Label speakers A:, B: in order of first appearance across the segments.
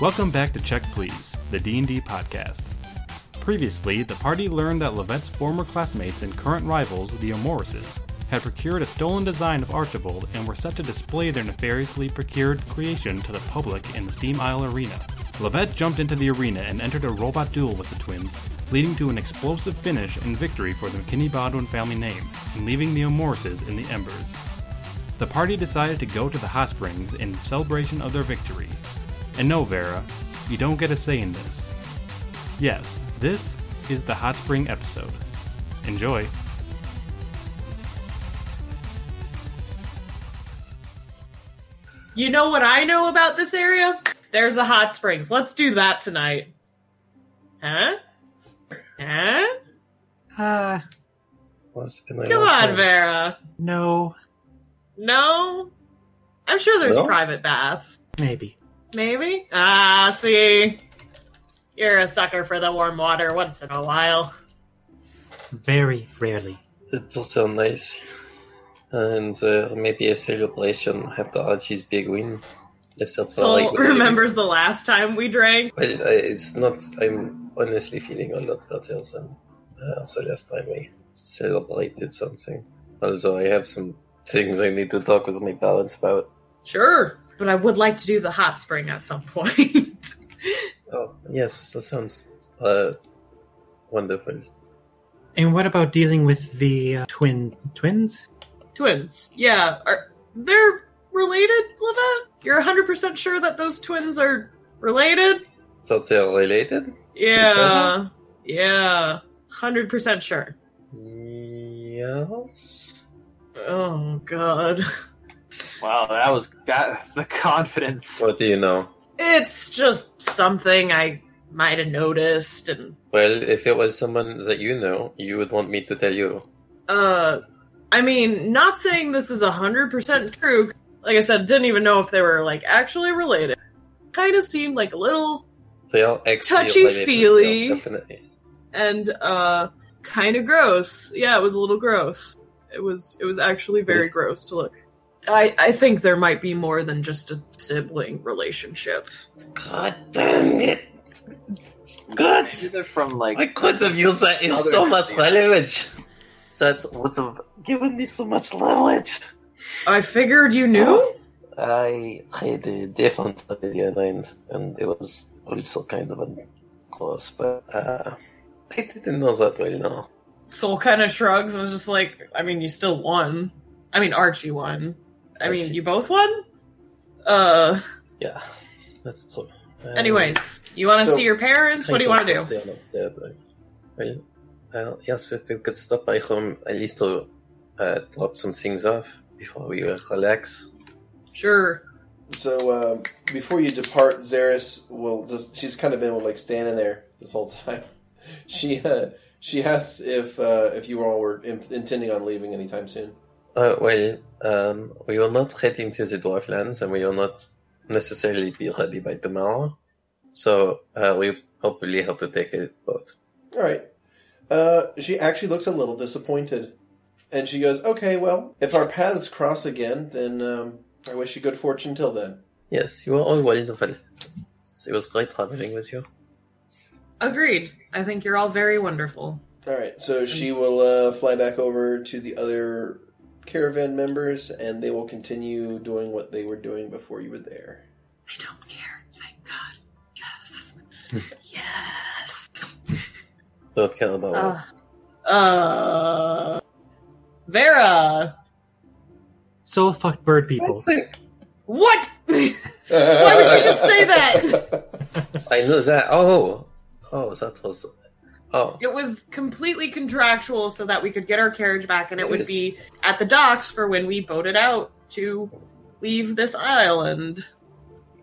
A: Welcome back to Check Please, the D&D podcast. Previously, the party learned that Levette's former classmates and current rivals, the Omorises, had procured a stolen design of Archibald and were set to display their nefariously procured creation to the public in the Steam Isle Arena. Levette jumped into the arena and entered a robot duel with the twins, leading to an explosive finish and victory for the McKinney Bodwin family name, and leaving the Omorises in the embers. The party decided to go to the hot springs in celebration of their victory. And no, Vera, you don't get a say in this. Yes, this is the hot spring episode. Enjoy.
B: You know what I know about this area? There's a hot springs. Let's do that tonight. Huh? Huh?
C: Uh,
D: Must have been like
B: Come
D: all
B: on,
D: time.
B: Vera.
C: no,
B: No? I'm sure there's
D: No?
B: private baths.
C: maybe.
B: Maybe? Ah, see. You're a sucker for the warm water once in a while.
C: Very rarely.
D: It's also nice. And uh, maybe a celebration after Archie's big win. If that's
B: Soul
D: like,
B: remembers the last time we drank.
D: Well, I, it's not. I'm honestly feeling a lot better than uh, the last time I celebrated something. Also, I have some things I need to talk with my parents about.
B: Sure. But I would like to do the hot spring at some point.
D: Oh, yes, that sounds uh, wonderful.
C: And what about dealing with the uh, twin twins?
B: twins. Yeah, are they're related, Levette? You're 100% sure that those twins are related?
D: So they're related?
B: Yeah. Yeah. 100% sure.
D: Yes.
B: Oh god.
E: Wow, that was that the confidence.
D: What do you know?
B: It's just something I might have noticed and
D: Well, if it was someone that you know, you would want me to tell you.
B: uh I mean, not saying this is 100% true. Like I said, didn't even know if they were like actually related. Kind of seemed like a little
D: They are actually related,
B: Touchy-feely.
D: so definitely.
B: and uh kind of gross. Yeah, it was a little gross. It was it was actually very
D: Yes.
B: gross to look. I I think there might be more than just a sibling relationship.
D: God damn it! God!
E: Maybe they're from
D: I
E: like
D: could have used that in
E: Other-
D: so much leverage! That would have given me so much leverage!
B: I figured you knew.
D: I had a different idea in mind, and it was also kind of a close, but uh, I didn't know that well, no.
B: Soul kind of shrugs and is just like, I mean, you still won. I mean, Archie won. I mean,
D: Archie.
B: you both won. Uh,
D: Yeah, that's true. Um,
B: anyways, you want to
D: so-
B: see your parents? What do you want to do?
D: do? Well, uh, yes, if we could stop by home at least to uh, drop some things off before we uh, relax.
B: Sure.
F: So uh, before you depart, Zaris will just she's kind of been like standing there this whole time. She uh, she asks if uh, if you all were in- intending on leaving anytime soon.
D: Uh, well, um, we were not heading to the Dwarflands, and we will not necessarily be ready by tomorrow. So uh, we probably have to take a boat.
F: All right. Uh, she actually looks a little disappointed, and she goes, "Okay, well, if our paths cross again, then um, I wish you good fortune till then."
D: Yes, you are all wonderful. It was great traveling with you.
B: Agreed. I think you're all very wonderful.
F: All right. So she will uh, fly back over to the other caravan members, and they will continue doing what they were doing before you were there.
B: I don't care. Thank God. Yes. yes.
D: Don't care about
B: Uh, uh, Vera,
C: Soul fucked bird
D: I
C: people.
D: think
B: what?
F: Why
B: would you just say that?
D: I know that. Oh, oh, that was. Oh,
B: it was completely contractual so that we could get our carriage back, and it would
D: Yes.
B: be at the docks for when we boated out to leave this island.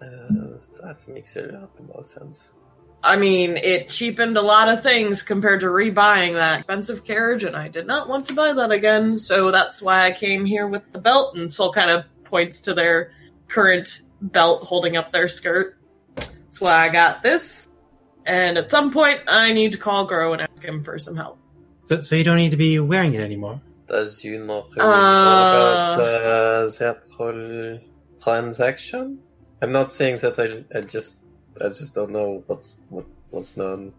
D: Uh, that makes a lot more sense.
B: I mean, it cheapened a lot of things compared to rebuying that expensive carriage, and I did not want to buy that again, so that's why I came here with the belt. And Sol kind of points to their current belt holding up their skirt. That's why I got this. And at some point, I need to call Grow and ask him for some help.
C: So, so you don't need to be wearing it anymore.
D: Does you know who
B: Uh.
D: about uh, that whole transaction? I'm not saying that I, I just I just don't know what's what what's done.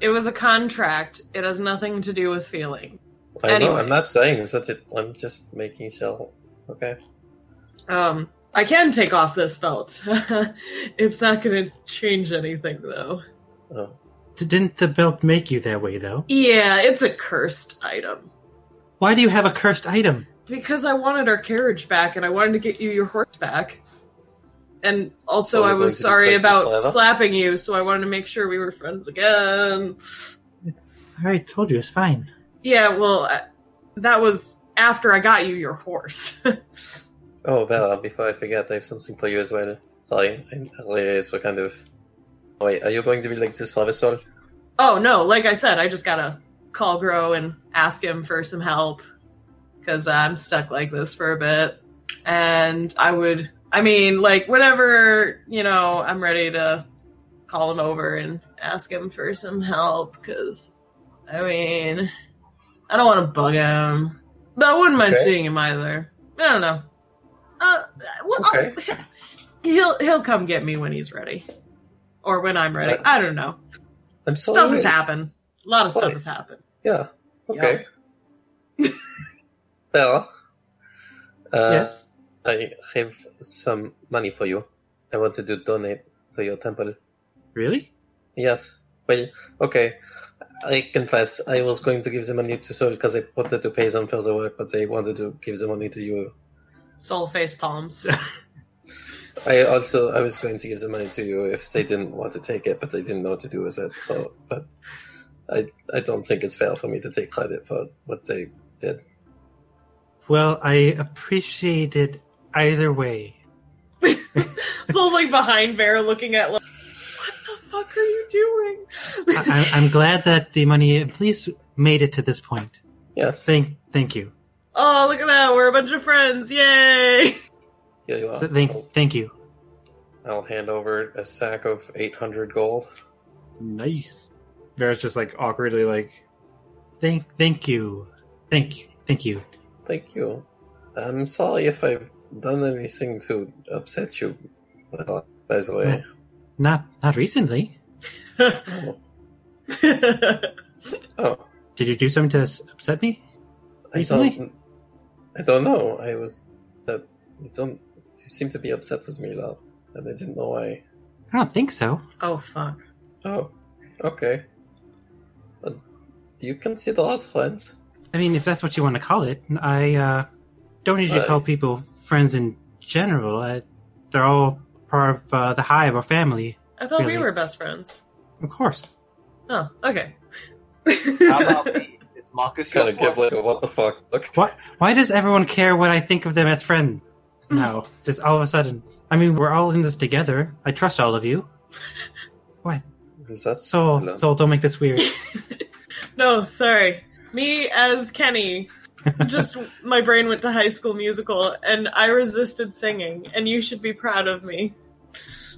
B: It was a contract. It has nothing to do with feeling.
D: I know.
B: Anyways.
D: I'm not saying that it. I'm just making shell. Okay.
B: Um, I can take off this belt. it's not going to change anything, though.
D: Oh,
C: D- Didn't the belt make you that way, though?
B: Yeah, it's a cursed item.
C: Why do you have a cursed item?
B: Because I wanted our carriage back and I wanted to get you your horse back. And also,
D: Well,
B: I
D: we're
B: was
D: going to
B: sorry
D: deflect this
B: about
D: leather.
B: slapping you, so I wanted to make sure we were friends again.
C: I told you it's fine.
B: Yeah, well, I- that was after I got you your horse.
D: oh, Bella. Before I forget, I have something for you as well. Sorry, I realize what kind of. Wait, are you going to be like this for us all?
B: oh, no, like I said, I just gotta call Grow and ask him for some help. Because I'm stuck like this for a bit. And I would, I mean, like, whenever, you know, I'm ready to call him over and ask him for some help. Because, I mean, I don't want to bug him. But I wouldn't mind
D: Okay.
B: seeing him either. I don't know. Uh, well, I'll- he'll he'll come get me when he's ready, or when I'm ready.
D: Right.
B: I don't know.
D: I'm sorry.
B: stuff has happened. A lot of stuff
D: Right.
B: has happened.
D: Yeah. Okay. Bella. Uh,
C: yes.
D: I have some money for you. I wanted to donate to your temple.
C: Really?
D: Yes. Well, okay. I confess, I was going to give the money to Soul because I wanted to pay them for the work, but they wanted to give the money to you.
B: Soul face palms.
D: I also, I was going to give the money to you if they didn't want to take it, but they didn't know what to do with it. So, but I, I don't think it's fair for me to take credit for what they did.
C: Well, I appreciate it either way.
B: Soul's like behind Vera, looking at like, what the fuck are you doing?
C: I- I- I'm glad that the money at least made it to this point.
D: Yes.
C: Thank, thank you.
B: oh, look at that! We're a bunch of friends. Yay!
D: Here you are.
C: So thank, thank you.
D: I'll hand over a sack of 800 gold.
A: Nice. Vera's just like awkwardly like,
C: Thank, thank you. Thank, thank you.
D: Thank you. I'm sorry if I've done anything to upset you, uh, by the way.
C: Not, not recently.
D: Oh,
C: Did you do something to s- upset me?
D: I
C: Recently?
D: don't, I don't know. I was that you don't you seem to be upset with me a lot, and I didn't know why.
C: I don't think so.
B: oh fuck!
D: Oh, okay. But do you consider us friends?
C: I mean, if that's what you want to call it, I uh, don't usually
D: Right.
C: call people friends in general. I, they're all part of uh, the hive or family,
B: I thought
C: Really?
B: we were best friends.
C: of course.
B: Oh, okay.
E: How about me? Is Marcus your
D: Kind of give like a what the fuck look.
C: What? Why does everyone care what I think of them as friend? No, just all of a sudden. I mean, we're all in this together. I trust all of you.
D: Is that
C: So,
D: Hello.
C: so don't make this weird.
B: No, sorry. Me as Kenny. Just my brain went to High School Musical, and I resisted singing. And you should be proud of me.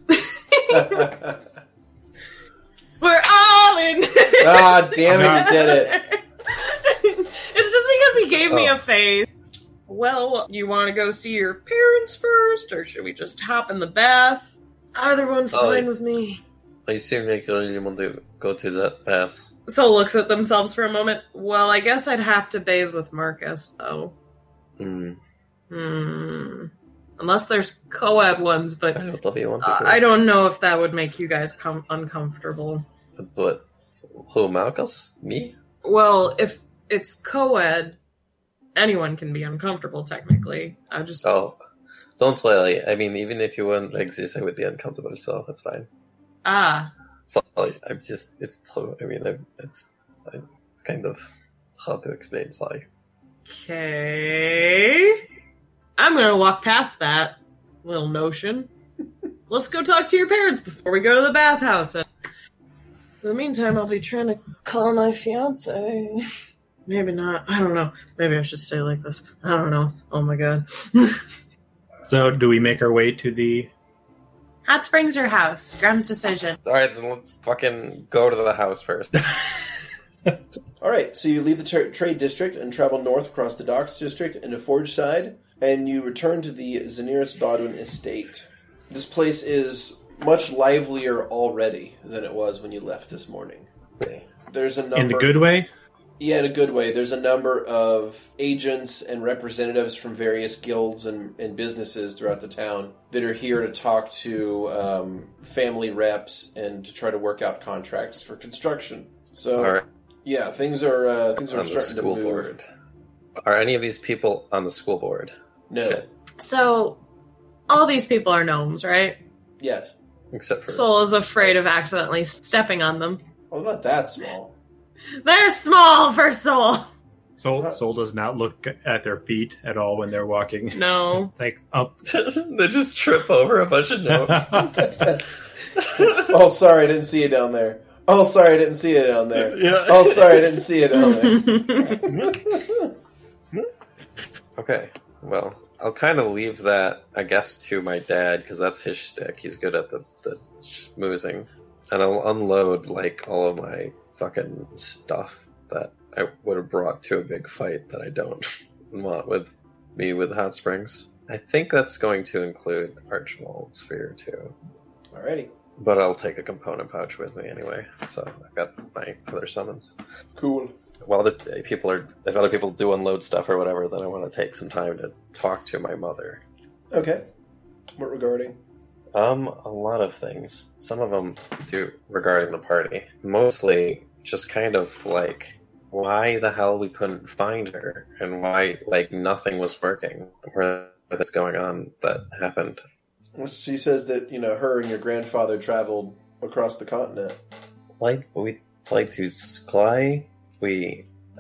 B: We're all in.
E: Oh,
F: ah, damn it, you did it.
B: it's just because he gave
D: Oh.
B: me a face. Well, you want to go see your parents first, or should we just hop in the bath? Either one's
D: Oh,
B: fine
D: yeah.
B: with me.
D: I seem like you really want to go to that path.
B: Soul looks at themselves for a moment. Well, I guess I'd have to bathe with Marcus, though.
D: Hmm.
B: Hmm. Unless there's co-ed ones, but
D: I would love you want to
B: Uh,
D: go.
B: I don't know if that would make you guys com- uncomfortable.
D: But who, Malchus? Me?
B: Well, if it's co-ed, anyone can be uncomfortable technically. I just
D: Oh, don't worry. I mean, even if you weren't like this, I would be uncomfortable, so that's fine.
B: ah,
D: Sorry, I'm just, it's true. I mean, I'm, it's, i it's kind of hard to explain, sorry.
B: okay. I'm going to walk past that little notion. Let's go talk to your parents before we go to the bathhouse. In the meantime, I'll be trying to call my fiance. Maybe not. I don't know. Maybe I should stay like this. I don't know. Oh my god.
A: so do we make our way to the?
B: Hot Springs or house? Graham's decision.
D: Alright, then let's fucking go to the house first.
F: All right, so you leave the tra- trade district and travel north across the docks district into Forge Side, and you return to the Zaniris Bodwin estate. This place is much livelier already than it was when you left this morning. There's a number
C: In the good way?
F: Yeah, in a good way. There's a number of agents and representatives from various guilds and, and businesses throughout the town that are here to talk to um, family reps and to try to work out contracts for construction. So,
D: Are
F: yeah, things are uh, things are
D: on the
F: starting to
D: school
F: move.
D: board? Are any of these people on the school board?
F: No,
D: Shit.
B: So, all these people are gnomes, right?
F: yes,
D: Except for
B: Soul is afraid of accidentally stepping on them.
F: well, not that small.
B: They're small for Soul.
F: Uh,
G: Soul, Soul does not look at their feet at all when they're walking.
B: No.
G: Like up.
D: they just trip over a bunch of gnomes.
F: oh, sorry, I didn't see it down there. Oh, sorry, I didn't see it down there.
D: Yeah.
F: Oh, sorry, I didn't see it down there.
D: Okay. Well, I'll kind of leave that, I guess, to my dad because that's his shtick. He's good at the the schmoozing, and I'll unload like all of my fucking stuff that I would have brought to a big fight that I don't want with me with Hot Springs. I think that's going to include Archibald Sphere too,
F: Alrighty,
D: but I'll take a component pouch with me anyway. So I've got my other summons
F: cool.
D: while the uh, people are if other people do unload stuff or whatever then i want to take some time to talk to my mother
F: Okay, what regarding?
D: um a lot of things some of them do regarding the party mostly just kind of like why the hell we couldn't find her and why like nothing was working or what's going on that happened
F: Well, She says that you know her and your grandfather traveled across the continent.
D: like we like to Sky, we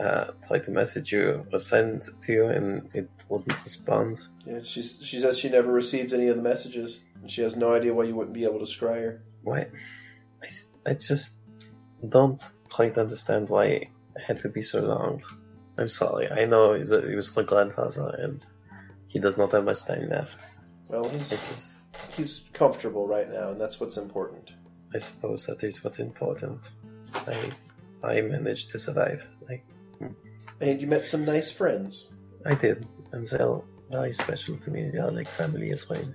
D: uh like to message you or send to you and it wouldn't respond
F: Yeah, she's, she says she never received any of the messages. And she has no idea why you wouldn't be able to scry her.
D: Why? I, s- I just don't quite understand why it had to be so long. I'm sorry. I know he's a- he was my grandfather and he does not have much time left.
F: Well,
D: I
F: he's
D: just,
F: he's comfortable right now, and that's what's important.
D: I suppose that is what's important. I, I managed to survive. I,
F: And you met some nice friends.
D: I did, and they're very special to me. They are like family as well.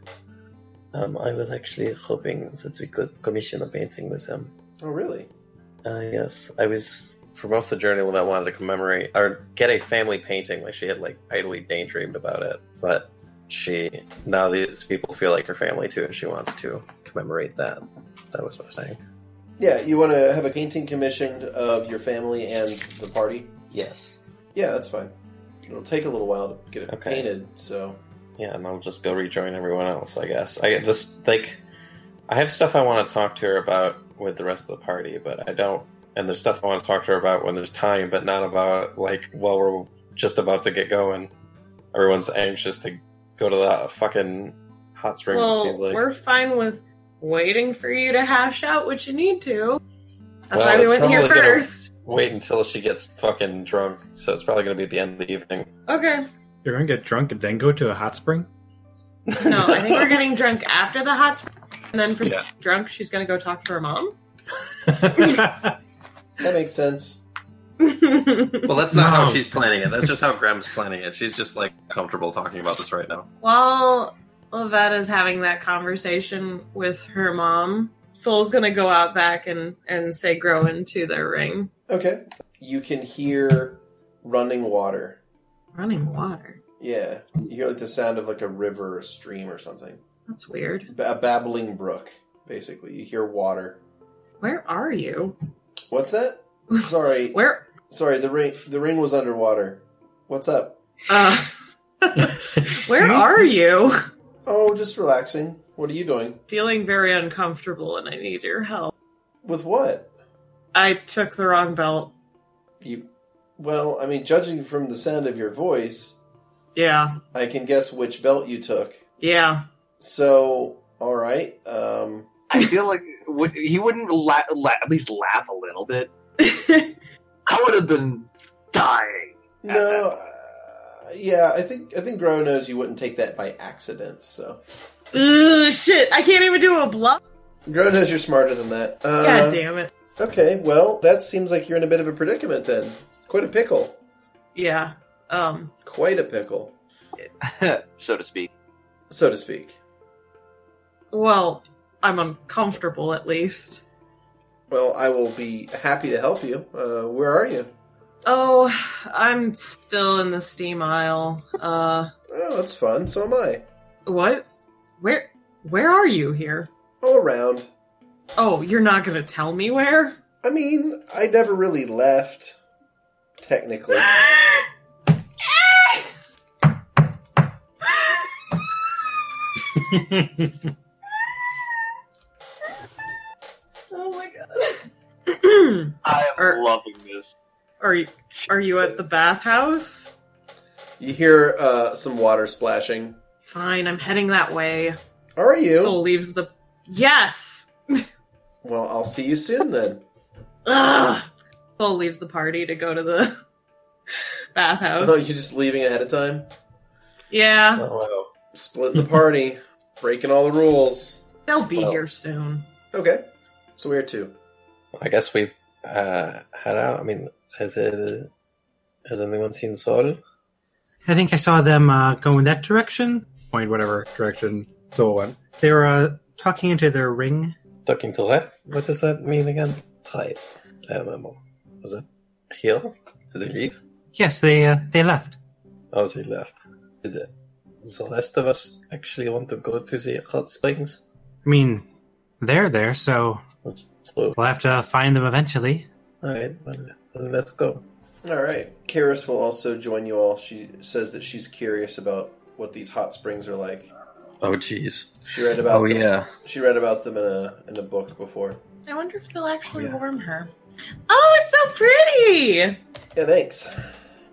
D: Um, I was actually hoping that we could commission a painting with them.
F: Oh, really?
D: Uh, yes, I was for most of the journey. Lavette wanted to commemorate or get a family painting. Like she had like idly daydreamed about it, but she now these people feel like her family too, and she wants to commemorate that. That was what I'm saying.
F: Yeah, you want to have a painting commissioned of your family and the party?
D: Yes.
F: Yeah, that's fine. It'll take a little while to get it
D: Okay.
F: painted, so.
D: Yeah, and I'll just go rejoin everyone else. I guess I this like I have stuff I want to talk to her about with the rest of the party, but I don't. And there's stuff I want to talk to her about when there's time, but not about like while we're just about to get going. Everyone's anxious to go to that fucking hot springs. it
B: well,
D: seems like
B: we're fine with waiting for you to hash out what you need to. That's
D: Well,
B: why we
D: it's
B: went here
D: probably gonna-
B: 1st
D: wait until she gets fucking drunk. So it's probably gonna be at the end of the evening.
B: Okay.
G: You're gonna get drunk and then go to a hot spring?
B: No, I think we're getting drunk after the hot spring, and then for
D: Yeah.
B: drunk, she's gonna go talk to her mom.
F: That makes sense.
D: well, that's
G: not how No. she's
D: planning it. That's just how Graham's planning it. She's just like comfortable talking about this right now.
B: While Lavette is having that conversation with her mom, Soul's gonna go out back and and say grow into their ring.
F: Okay. You can hear running water.
B: Running water.
F: Yeah. You hear like the sound of like a river or a stream or something.
B: That's weird.
F: Ba- a babbling brook, basically. You hear water.
B: Where are you?
F: What's that? Sorry.
B: Where?
F: Sorry, the ring the ring was underwater. What's up?
B: Uh, where are you?
F: Oh, just relaxing. What are you doing?
B: Feeling very uncomfortable, and I need your help.
F: With what?
B: I took the wrong belt.
F: You Well, I mean, judging from the sound of your voice,
B: Yeah,
F: I can guess which belt you took.
B: yeah.
F: So, all right. Um
E: I feel like w- he wouldn't la- la- at least laugh a little bit. I would have been dying.
F: no, uh, yeah, I think I think Grow knows you wouldn't take that by accident. So
B: Ugh, shit! I can't even do a bluff.
F: Grow knows you're smarter than that. Uh,
B: God damn it!
F: Okay, well, that seems like you're in a bit of a predicament then. Quite a pickle.
B: Yeah. Um.
F: Quite a pickle,
E: so to speak.
F: so to speak.
B: Well, I'm uncomfortable at least.
F: Well, I will be happy to help you. Uh, where are you?
B: Oh, I'm still in the steam aisle. Uh,
F: Oh, that's fun. So am I.
B: what? Where? Where are you here?
F: All around.
B: Oh, you're not gonna tell me where?
F: I mean, I never really left, technically.
B: Oh my god.
E: I am
B: Er-
E: loving this.
B: are you are you at the bathhouse?
F: You hear uh, some water splashing.
B: Fine, I'm heading that way.
F: Are you?
B: Soul leaves the Yes.
F: well, I'll see you soon then.
B: Ugh. Soul leaves the party to go to the bathhouse.
F: Oh, you're just leaving ahead of time?
B: yeah,
D: Oh, wow.
F: Splitting the party, breaking all the rules.
B: they'll be
D: Well.
B: here soon.
F: Okay. So where to?
D: I guess we uh, head out. I mean, has it, has anyone seen Saul?
C: I think I saw them uh, go in that direction.
G: Point whatever direction Soul went.
C: They were uh, talking into their ring.
D: Talking to left? What does that mean again? Right. I don't remember. Was it heel? Did they leave?
C: Yes, they uh, they left.
D: Oh, they left. Did it? The rest of us actually want to go to the hot springs?
C: I mean, they're there, so
D: That's true.
C: we'll have to find them eventually.
D: Alright, well, then let's go.
F: All right. Karis will also join you all. She says that she's curious about what these hot springs are like.
D: Oh, jeez.
F: She read about
D: Oh,
F: them.
D: yeah.
F: She read about them in a in a book before.
B: I wonder if they'll actually
D: Yeah.
B: warm her. Oh, it's so pretty!
F: Yeah, thanks.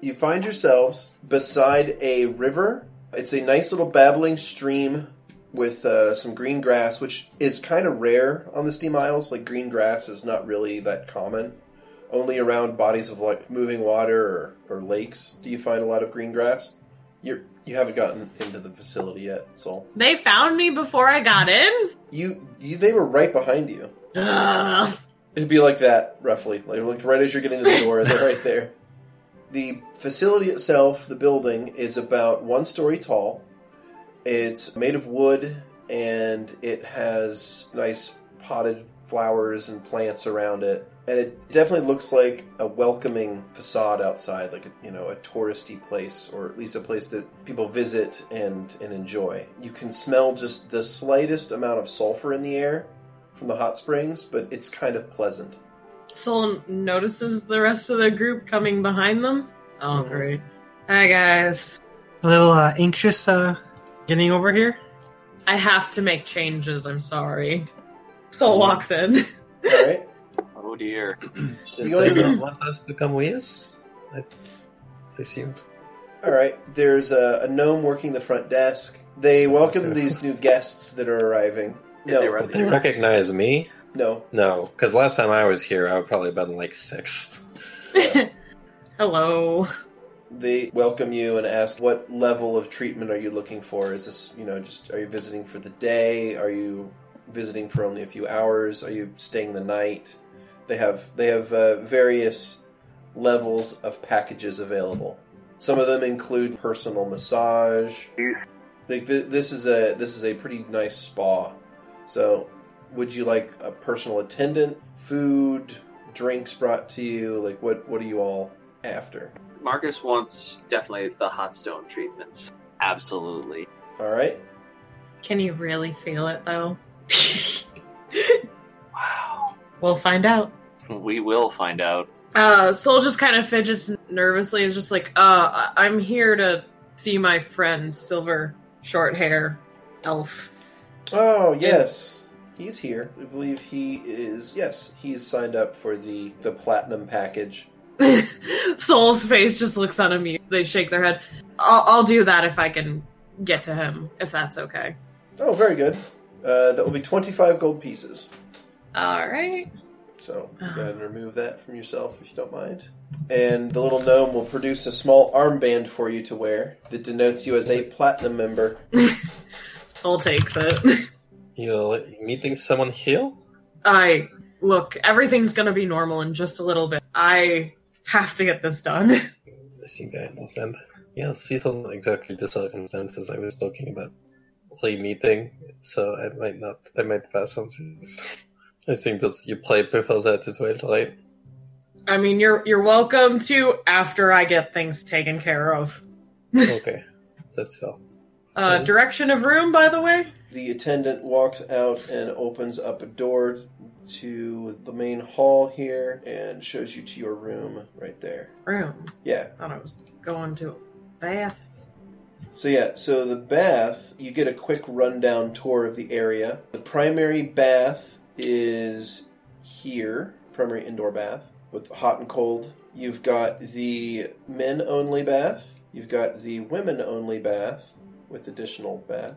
F: You find yourselves beside a river. It's a nice little babbling stream with uh, some green grass, which is kind of rare on the steam isles. Like green grass is not really that common. Only around bodies of like moving water or, or lakes do you find a lot of green grass. You're you haven't gotten into the facility yet, so
B: They found me before I got in.
F: you, you they were right behind you.
B: Ugh.
F: It'd be like that, roughly. Like, like right as you're getting to the door, they're right there. The facility itself, the building, is about one story tall. It's made of wood and it has nice potted flowers and plants around it. And it definitely looks like a welcoming facade outside, like a, you know, a touristy place, or at least a place that people visit and and enjoy. You can smell just the slightest amount of sulfur in the air, from the hot springs, but it's kind of pleasant.
B: Soul notices the rest of the group coming behind them. Oh,
F: Mhm.
B: great. Hi, guys.
C: A little uh, anxious uh, getting over here.
B: I have to make changes, I'm sorry. Soul walks in.
F: All right.
E: Oh dear.
F: You
D: Did
F: go
D: they
F: to the-
D: not want us to come with us? I, they seem.
F: All right. There's a, a gnome working the front desk. They welcome
D: Okay.
F: these new guests that are arriving.
E: Yeah, they
F: No,
E: were-
D: Would they recognize me?
F: no.
D: No, because last time I was here, I would probably have been like six.
B: Hello.
F: They welcome you and ask, "What level of treatment are you looking for? Is this, you know, just are you visiting for the day? Are you visiting for only a few hours? Are you staying the night?" They have they have uh, various levels of packages available. Some of them include personal massage. Like th- this is a this is a pretty nice spa. So, would you like a personal attendant, food, drinks brought to you? Like what what are you all after?
E: Marcus wants definitely the hot stone treatments. Absolutely.
F: All right.
B: Can you really feel it, though?
E: Wow.
B: we'll find out.
E: We will find out.
B: Uh, Soul just kind of fidgets nervously. Is just like, uh, I- I'm here to see my friend, Silver, short hair, elf.
F: Oh yes, he's here. I believe he is. Yes, he's signed up for the the platinum package.
B: Soul's face just looks on him. They shake their head. I'll, I'll do that if I can get to him, if that's okay.
F: Oh, very good. Uh, that will be twenty five gold pieces.
B: All right.
F: So go ahead and remove that from yourself if you don't mind. And the little gnome will produce a small armband for you to wear that denotes you as a platinum member.
B: Soul takes it.
D: You're meeting someone here?
B: I look. Everything's gonna be normal in just a little bit. I have to get this done.
D: I think I understand. Yes, these are not exactly the circumstances I was talking about. play meeting, so I might not. I might pass on this. I think that's you play before that as well, right?
B: I mean, you're you're welcome to after I get things taken care of.
D: Okay, that's fair.
B: Uh, direction of room, by the way.
F: The attendant walks out and opens up a door to the main hall here and shows you to your room right there.
B: Room.
F: Yeah.
B: Thought I was going to a bath.
F: So yeah, so the bath, you get a quick rundown tour of the area. The primary bath is here, primary indoor bath with hot and cold. You've got the men only bath, you've got the women only bath with additional bath.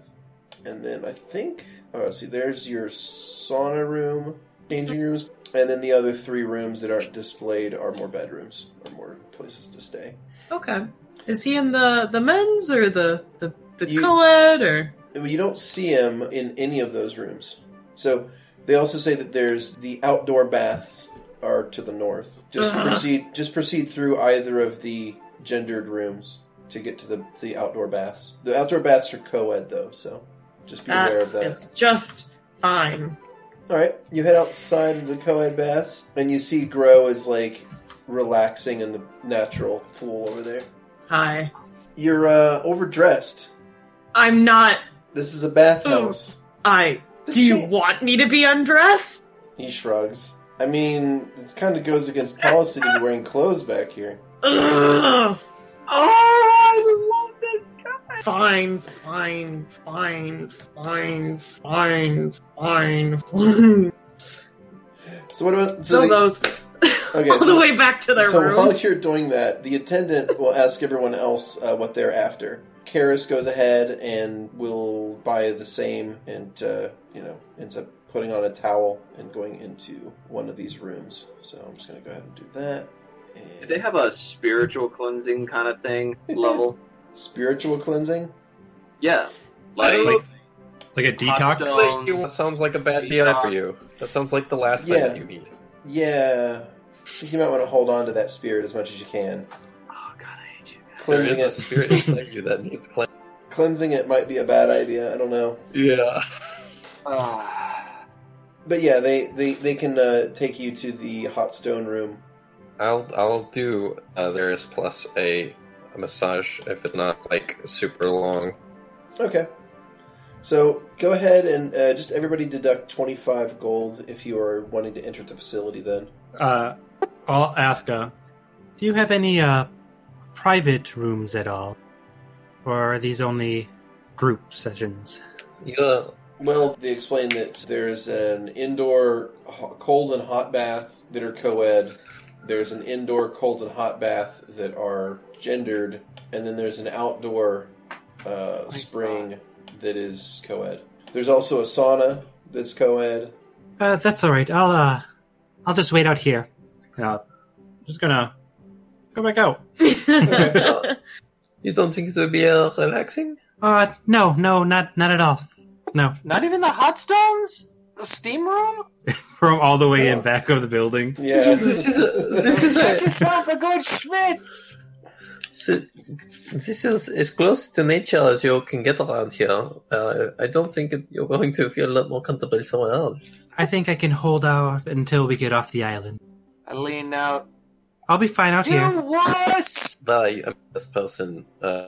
F: And then I think, oh, see, there's your sauna room, changing rooms, and then the other three rooms that aren't displayed are more bedrooms or more places to stay.
B: Okay. Is he in the the men's or the the, the
F: You-
B: co-ed or?
F: You don't see him in any of those rooms. So they also say that there's the outdoor baths are to the north. Just
B: Ugh.
F: proceed. Just proceed through either of the gendered rooms to get to the the outdoor baths. The outdoor baths are co-ed though, so just be aware of
B: That
F: that.
B: is just fine.
F: All right, you head outside of the co-ed baths, and you see Grow is like relaxing in the natural pool over there.
B: Hi.
F: You're uh, overdressed.
B: I'm not.
F: This is a bathhouse.
B: I.
F: The
B: do you
F: cha-
B: want me to be undressed?
F: He shrugs. I mean, it kind of goes against policy to be wearing clothes back here.
B: Ugh.
E: Oh, I love this guy.
B: Fine, fine, fine, fine, fine, fine, fine.
F: So what about so
B: So
F: the-
B: those
F: Okay,
B: all
F: so-
B: the way back to their
F: so
B: room.
F: while you're doing that, the attendant will ask everyone else uh, what they're after. Karis goes ahead and will buy the same, and uh, you know ends up putting on a towel and going into one of these rooms. So I'm just gonna go ahead and do that. And
E: Do they have a spiritual cleansing kind of thing level?
F: spiritual cleansing?
E: Yeah, like,
G: Like, like a
E: hot
G: detox.
E: stones.
D: That sounds like a bad idea for you. That sounds like the last
F: Yeah.
D: thing you need.
F: Yeah, I think you might want to hold on to that spirit as much as you can.
E: Oh god, I hate you.
D: There is
F: Cleansing
D: a
F: it,
D: spirit inside you that needs cleansing.
F: cleansing it might be a bad idea. I don't know.
D: Yeah.
E: Ah.
F: But yeah, they they they can uh, take you to the hot stone room.
D: I'll I'll do uh, there is plus a, a massage if it's not like super long.
F: Okay. So go ahead and uh, just everybody deduct twenty five gold if you are wanting to enter the facility. Then
C: Uh, I'll ask, uh, do you have any uh, private rooms at all? Or are these only group sessions?
D: Yeah.
F: well, they explain that there's an indoor ho- cold and hot bath that are co-ed. There's an indoor cold and hot bath that are gendered, and then there's an outdoor uh, spring that is co-ed. There's also a sauna that's co-ed.
C: Uh, that's all right. I'll uh, I'll just wait out here. And I'll- I'm just gonna go back out.
D: You don't think it would be uh, relaxing?
C: Uh, no, no, not not at all. No,
E: Not even the hot stones? The steam room?
C: from all the way in back of the building.
F: Yeah,
D: This is a, this is
E: Get
D: a,
E: yourself a good Schmitz!
D: this is as close to nature as you can get around here. Uh, I don't think it, you're going to feel a lot more comfortable somewhere else.
C: I think I can hold out until we get off the island.
E: I lean out.
C: I'll be fine out here.
E: You wuss!
D: I am this person. Uh,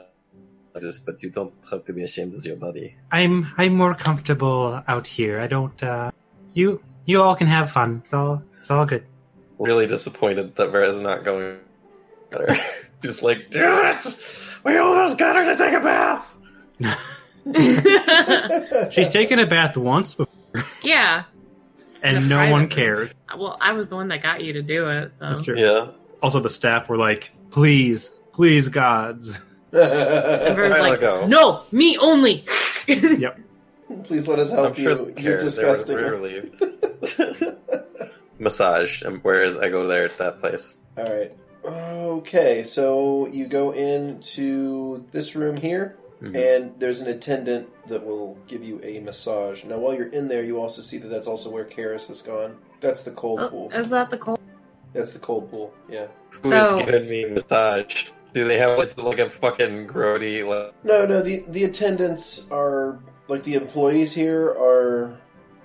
D: this, but you don't have to be ashamed of your body.
C: I'm I'm more comfortable out here. I don't. Uh, you you all can have fun. It's all it's all good.
D: really disappointed that Vera's not going better. Just like, damn it! We almost got her to take a bath!
C: She's taken a bath once, before,
B: yeah.
C: and
B: The
C: no
B: private
C: one
B: room.
C: cared.
B: Well, I was the one that got you to do it. So.
C: That's true.
D: Yeah.
G: Also, the staff were like, "Please, please, gods."
B: And Vern's
D: I'll
B: like,
D: go.
B: no, me only.
F: Please let us help
D: I'm sure
F: Oh, you.
D: they care. They
F: You're
D: were
F: disgusting.
D: really- Massage, and whereas I go there, it's that place.
F: All right. Okay, so you go into this room here,
D: Mhm.
F: and there's an attendant that will give you a massage. Now, while you're in there, you also see that that's also where Karis has gone. That's the cold pool.
B: Is that the cold?
F: That's the cold pool. Yeah.
D: Who's
B: So-
D: giving me massage? Do they have like, like a fucking grody? Like,
F: No, no. The the attendants are like the employees here are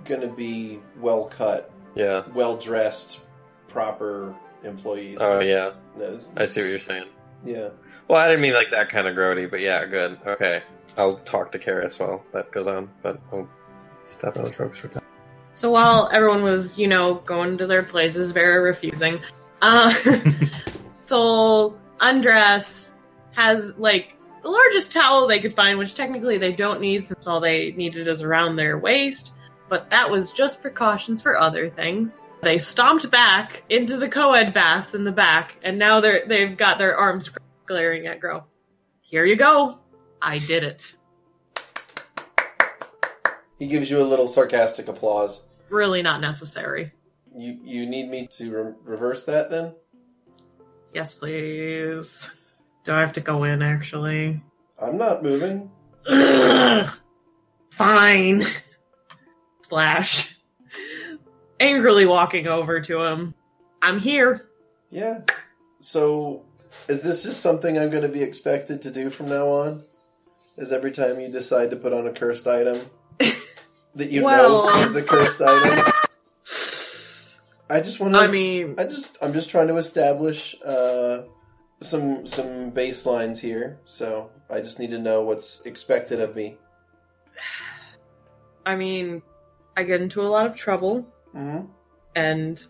F: gonna be well cut,
D: Yeah.
F: well dressed, proper employees.
D: Oh yeah.
F: No, this-
D: I see what you're saying.
F: Yeah.
D: Well, I didn't mean like that kind of grody, but yeah, good. Okay. I'll talk to Karis while that goes on, but I'll step out of drugs for time.
B: So while everyone was, you know, going to their places, Vera refusing, uh, Soul undress has like the largest towel they could find, which technically they don't need since all they needed is around their waist. But that was just precautions for other things. They stomped back into the co-ed baths in the back, and now they're they've got their arms glaring at Grow. Here you go. I did it.
F: He gives you a little sarcastic applause.
B: Really not necessary.
F: You you need me to re- reverse that then?
B: Yes, please. Do I have to go in, actually?
F: I'm not moving.
B: Ugh. Fine. Splash. Angrily walking over to him. I'm here.
F: Yeah. So, is this just something I'm going to be expected to do from now on? Is every time you decide to put on a cursed item that you know
B: Well-
F: is a cursed item? I just want to.
B: I mean,
F: I just I'm just trying to establish uh, some some baselines here. So I just need to know what's expected of me.
B: I mean, I get into a lot of trouble,
F: Mm-hmm.
B: and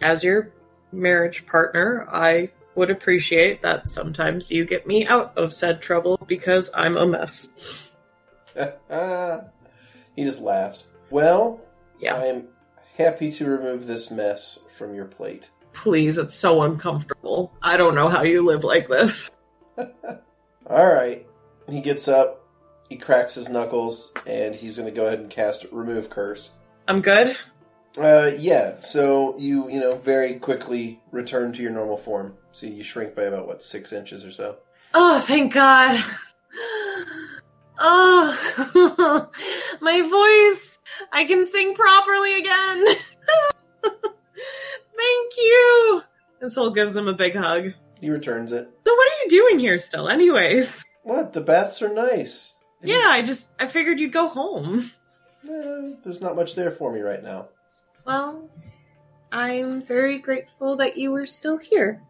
B: as your marriage partner, I would appreciate that sometimes you get me out of said trouble because I'm a mess.
F: he just laughs. Well,
B: Yeah.
F: I am happy to remove this mess from your plate.
B: Please, it's so uncomfortable. I don't know how you live like this.
F: All right. He gets up, he cracks his knuckles, and he's going to go ahead and cast remove curse.
B: I'm good.
F: Uh, yeah. So you you know very quickly return to your normal form. So you shrink by about what six inches or so.
B: Oh, thank God. Oh, my voice. I can sing properly again. thank you. And Soul gives him a big hug. So,
F: He returns it.
B: what are you doing here still, anyways?
F: What? The baths are nice.
B: Yeah, I just, I figured you'd go home.
F: Eh, there's not much there for me right now.
B: Well, I'm very grateful that you were still here.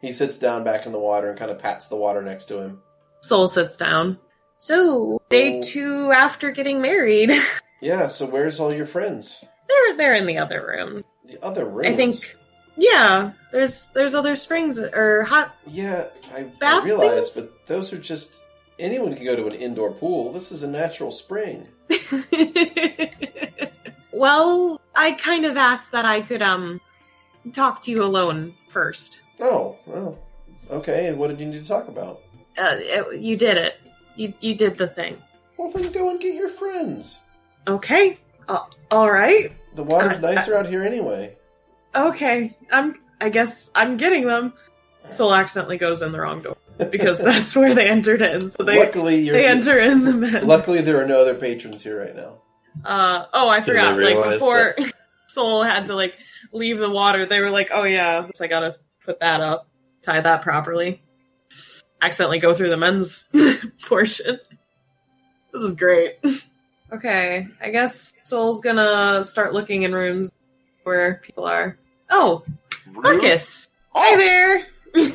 F: He sits down back in the water and kind of pats the water next to him.
B: Soul sits down. So, day two after getting married.
F: Yeah. So where's all your friends?
B: they're, they're in the other room.
F: The other rooms.
B: I think Yeah, there's there's other springs or hot.
F: Yeah, I, I
B: Bath
F: realize,
B: things?
F: but those are just anyone can go to an indoor pool. This is a natural spring.
B: well, I kind of asked that I could um talk to you alone first.
F: Oh, well, okay. And what did you need to talk about?
B: Uh, it- you did it. You you did the thing.
F: Well, then go and get your friends.
B: Okay. Uh, all right.
F: The water's
B: Uh,
F: nicer out here anyway.
B: Okay. I'm. I guess I'm getting them. Soul accidentally goes in the wrong door because that's where they entered in. So they
F: luckily, you're,
B: they enter in the men.
F: luckily there are no other patrons here right now.
B: Uh, oh, I
D: they
B: forgot. Like
D: realize
B: before Soul had to like leave the water, they were like, "Oh yeah, so I gotta put that up, tie that properly." Accidentally go through the men's portion. This is great. Okay, I guess Soul's gonna start looking in rooms where people are. Oh, Marcus! Hi
E: Oh,
B: there.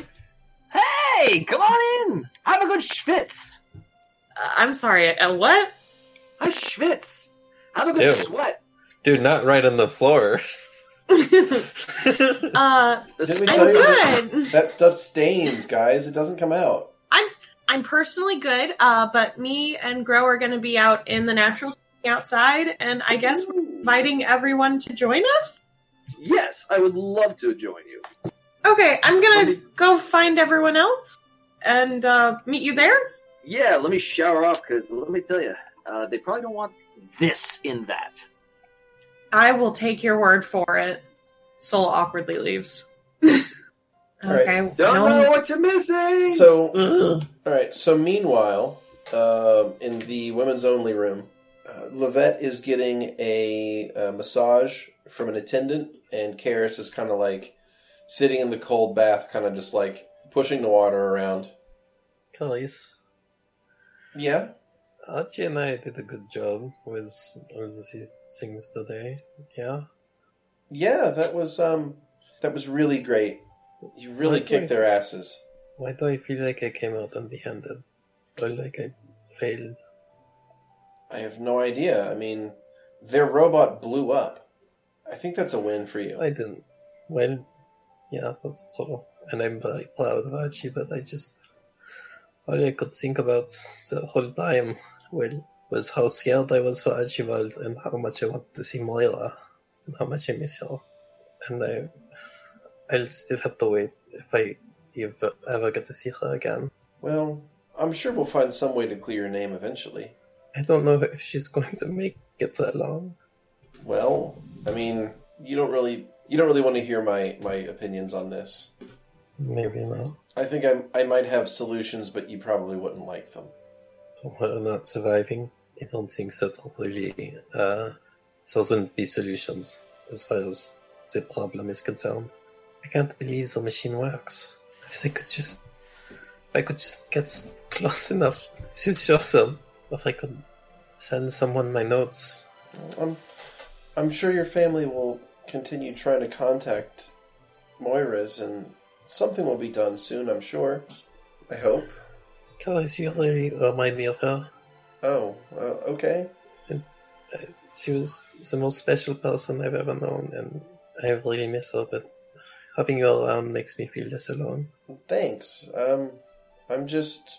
E: hey, come on in. Have a good schwitz.
B: Uh, I'm sorry. Uh, what?
E: A schwitz. Have a good
D: Ew.
E: sweat.
D: Dude, not right on the floor.
B: uh,
E: The
F: Didn't we
E: sweat.
B: I'm
F: tell you that-
B: good.
F: That stuff stains, guys. It doesn't come out.
B: I'm personally good, uh, but me and Grow are going to be out in the natural setting outside, and I guess we're inviting everyone to join us.
E: Yes, I would love to join you.
B: Okay, I'm
E: Let
B: going to
E: me-
B: go find everyone else and uh, meet you there.
E: Yeah, let me shower off because let me tell you, uh, they probably don't want this in that.
B: I will take your word for it. Soul awkwardly leaves.
F: right.
B: okay.
E: Don't
B: no
E: know
B: one-
E: what you're missing.
F: So
B: Ugh.
F: All right. So meanwhile, um in the women's only room, uh, Levette is getting a, uh massage from an attendant, and Karis is kind of like sitting in the cold bath, kind of just like pushing the water around.
D: Kelly's.
F: Yeah.
D: Archie and I did a good job with all the things today. Yeah.
F: Yeah, that was um, that was really great. You really
D: Okay.
F: kicked their asses.
D: Why do I feel like I came out empty-handed? Or like I failed?
F: I have no idea. I mean, their robot blew up. I think that's a win for you.
D: I didn't. Well, yeah, that's true. And I'm very proud of Archie, but I just. All I could think about the whole time well, was how scared I was for Archibald and how much I wanted to see Moira and how much I miss her. And I. I'll still have to wait if I ever, ever get to see her again.
F: Well, I'm sure we'll find some way to clear your name eventually.
D: I don't know if she's going to make it that long.
F: Well, I mean, you don't really you don't really want to hear my my opinions on this.
D: Maybe not.
F: I think I'm, I might have solutions, but you probably wouldn't like them.
D: We're not surviving. I don't think that really uh, those wouldn't be solutions as far as the problem is concerned. I can't believe the machine works. If they could just, if I could just get s- close enough to show them, if I could send someone my notes.
F: I'm I'm sure your family will continue trying to contact Moira's, and something will be done soon. I'm sure. I hope.
D: Guys, you really remind me of her.
F: Oh, uh, okay.
D: She was the most special person I've ever known, and I really miss her. But having you around makes me feel less alone.
F: Thanks. Um, I'm just,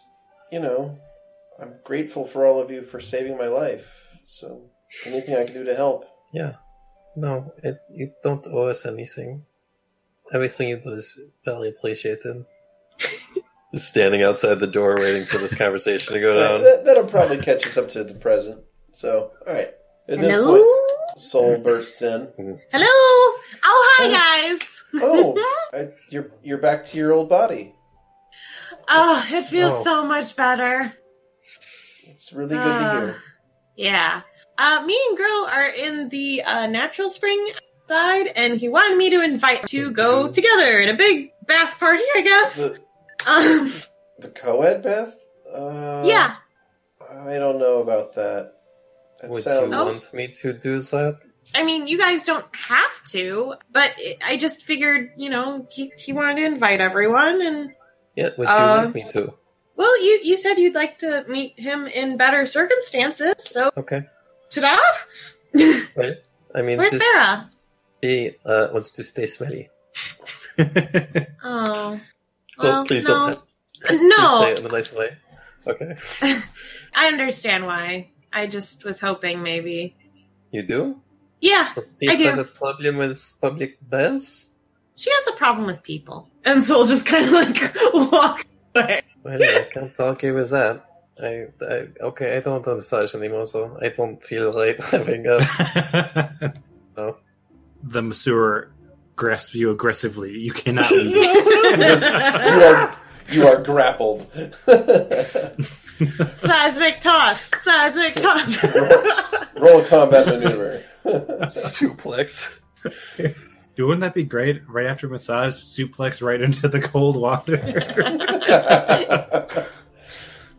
F: you know, I'm grateful for all of you for saving my life. So, anything I can do to help.
D: Yeah. No, it, you don't owe us anything. Everything you do is very appreciated. Just standing outside the door waiting for this conversation to go
F: Uh,
D: down.
F: that, that'll probably catch us up to the present. So, all right. At this
B: Hello?
F: point, Soul bursts in.
B: Hello? Oh, hi, guys.
F: Oh, I, you're you're back to your old body.
B: Oh, it feels
C: Oh.
B: so much better.
F: It's really good
B: Uh,
F: to hear.
B: Yeah. Uh, me and Gro are in the uh, natural spring outside, and he wanted me to invite to go together in a big bath party, I guess.
F: The,
B: Um,
F: the co-ed Beth. Uh,
B: yeah.
F: I don't know about that. That
D: Would
F: sounds.
D: you want
B: Oh.
D: me to do that?
B: I mean, you guys don't have to, but it, I just figured, you know, he, he wanted to invite everyone, and
D: Yeah, would you
B: Uh,
D: like me to?
B: well, you you said you'd like to meet him in better circumstances, so
D: Okay.
B: ta-da!
D: I mean,
B: Where's
D: this
B: Sarah?
D: bee uh, wants to stay smelly.
B: Oh,
D: Well,
B: well,
D: please don't
B: no,
D: have-
B: no.
D: Please Say it in a nice way. Okay.
B: I understand why. I just was hoping maybe.
D: You do?
B: Yeah,
D: Does bee
B: I do.
D: have a problem with public baths?
B: she has a problem with people. And so we'll just kind of like walk away.
D: Well, I can't argue with that. I, I okay, I don't want to massage anymore, so I don't feel right having a Oh.
G: The masseur grasps you aggressively. You cannot leave.
F: You are you are grappled.
B: Seismic toss! Seismic toss!
F: Roll a combat maneuver.
D: suplex.
G: Dude, Wouldn't that be great? Right after massage, suplex right into the cold water.